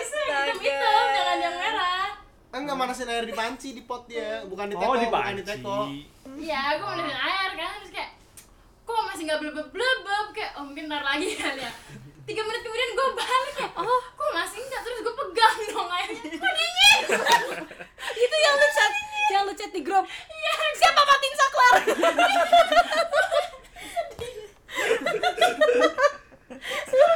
[SPEAKER 6] hitam jangan yang merah
[SPEAKER 1] enggak Kan manasin air di panci di pot dia bukan di teko
[SPEAKER 3] oh di
[SPEAKER 1] bukan di teko
[SPEAKER 3] panci
[SPEAKER 6] Iya, gue manasin air kan terus kayak kok masih nggak blebeb blebeb kayak oh mungkin ntar lagi kali ya tiga menit kemudian gue balik ya oh kok masih nggak terus gue pegang dong airnya kok dingin
[SPEAKER 5] itu yang lu chat yang lu chat di grup siapa matiin saklar *laughs*
[SPEAKER 3] Terus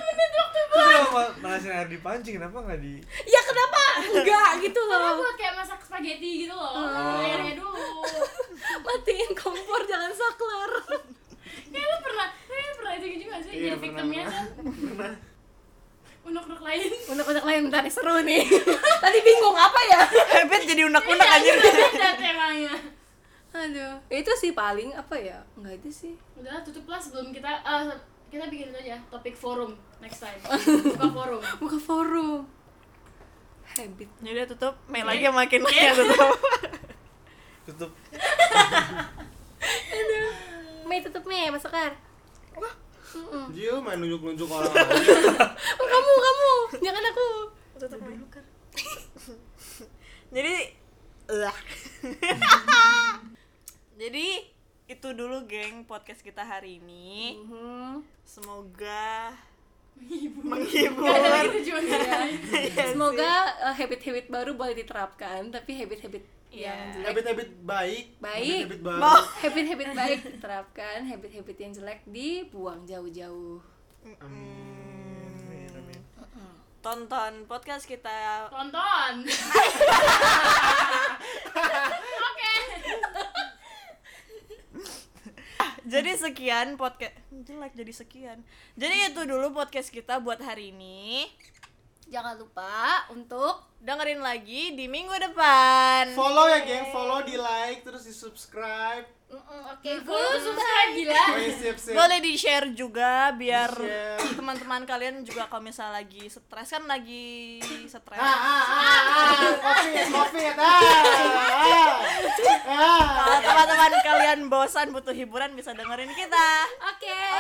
[SPEAKER 3] kenapa manasin air di panci kenapa nggak di
[SPEAKER 5] ya kenapa enggak gitu
[SPEAKER 6] karena
[SPEAKER 5] loh
[SPEAKER 6] buat kayak masak spaghetti gitu loh airnya dulu
[SPEAKER 5] matiin kompor jangan saklar
[SPEAKER 6] kayak lu pernah kayak pernah itu juga sih
[SPEAKER 1] Iya,
[SPEAKER 6] jadi
[SPEAKER 1] pernah,
[SPEAKER 6] victimnya
[SPEAKER 1] pernah.
[SPEAKER 6] kan unek-unek lain *laughs*
[SPEAKER 5] unek-unek lain bentar nih, seru nih *laughs* tadi bingung apa ya
[SPEAKER 4] Habit jadi unek-unek
[SPEAKER 6] Iya,
[SPEAKER 4] anjir.
[SPEAKER 6] beda temanya
[SPEAKER 5] aduh itu sih paling apa ya enggak itu sih
[SPEAKER 6] udah tutuplah sebelum kita eh, kita bikin itu aja topik forum next time buka forum
[SPEAKER 5] buka forum habit
[SPEAKER 4] Jadi Ya tutup, main lagi sama makin lagi tutup.
[SPEAKER 3] tutup
[SPEAKER 5] Mei tutup Mei Mas Sekar
[SPEAKER 1] Jiu main nunjuk-nunjuk orang
[SPEAKER 5] oh, kamu kamu jangan aku
[SPEAKER 4] Tutup main. *laughs* Jadi lah. *laughs* Jadi itu dulu geng podcast kita hari ini.
[SPEAKER 5] Hmm.
[SPEAKER 4] Semoga
[SPEAKER 6] *laughs*
[SPEAKER 4] menghibur.
[SPEAKER 1] Iya.
[SPEAKER 5] semoga eh, habit-habit baru boleh diterapkan tapi habit-habit yang
[SPEAKER 4] Iya.
[SPEAKER 5] jelek
[SPEAKER 1] habit-habit baik
[SPEAKER 5] Baik.
[SPEAKER 1] habit-habit baru
[SPEAKER 8] *laughs*
[SPEAKER 5] habit-habit baik diterapkan habit-habit yang jelek dibuang jauh-jauh
[SPEAKER 3] Amin, amin.
[SPEAKER 4] Tonton podcast kita
[SPEAKER 1] *laughs*
[SPEAKER 6] tonton oke
[SPEAKER 4] jadi sekian podcast jelek jadi sekian jadi itu dulu podcast kita buat hari ini
[SPEAKER 8] Jangan lupa untuk
[SPEAKER 4] dengerin lagi di minggu depan
[SPEAKER 1] follow ya geng follow di like terus di subscribe
[SPEAKER 8] Mm-mm, oke *laughs* follow-
[SPEAKER 6] Follow, subscribe gila.
[SPEAKER 1] oh iya siap siap
[SPEAKER 4] boleh di share juga biar
[SPEAKER 1] Di-share.
[SPEAKER 4] teman-teman kalian juga kalau misal lagi stres kan lagi stres
[SPEAKER 1] ah ah ah ah covid covid ah ah ah
[SPEAKER 4] kalau teman-teman kalian bosan butuh hiburan bisa dengerin kita
[SPEAKER 8] Oke.
[SPEAKER 5] Oh,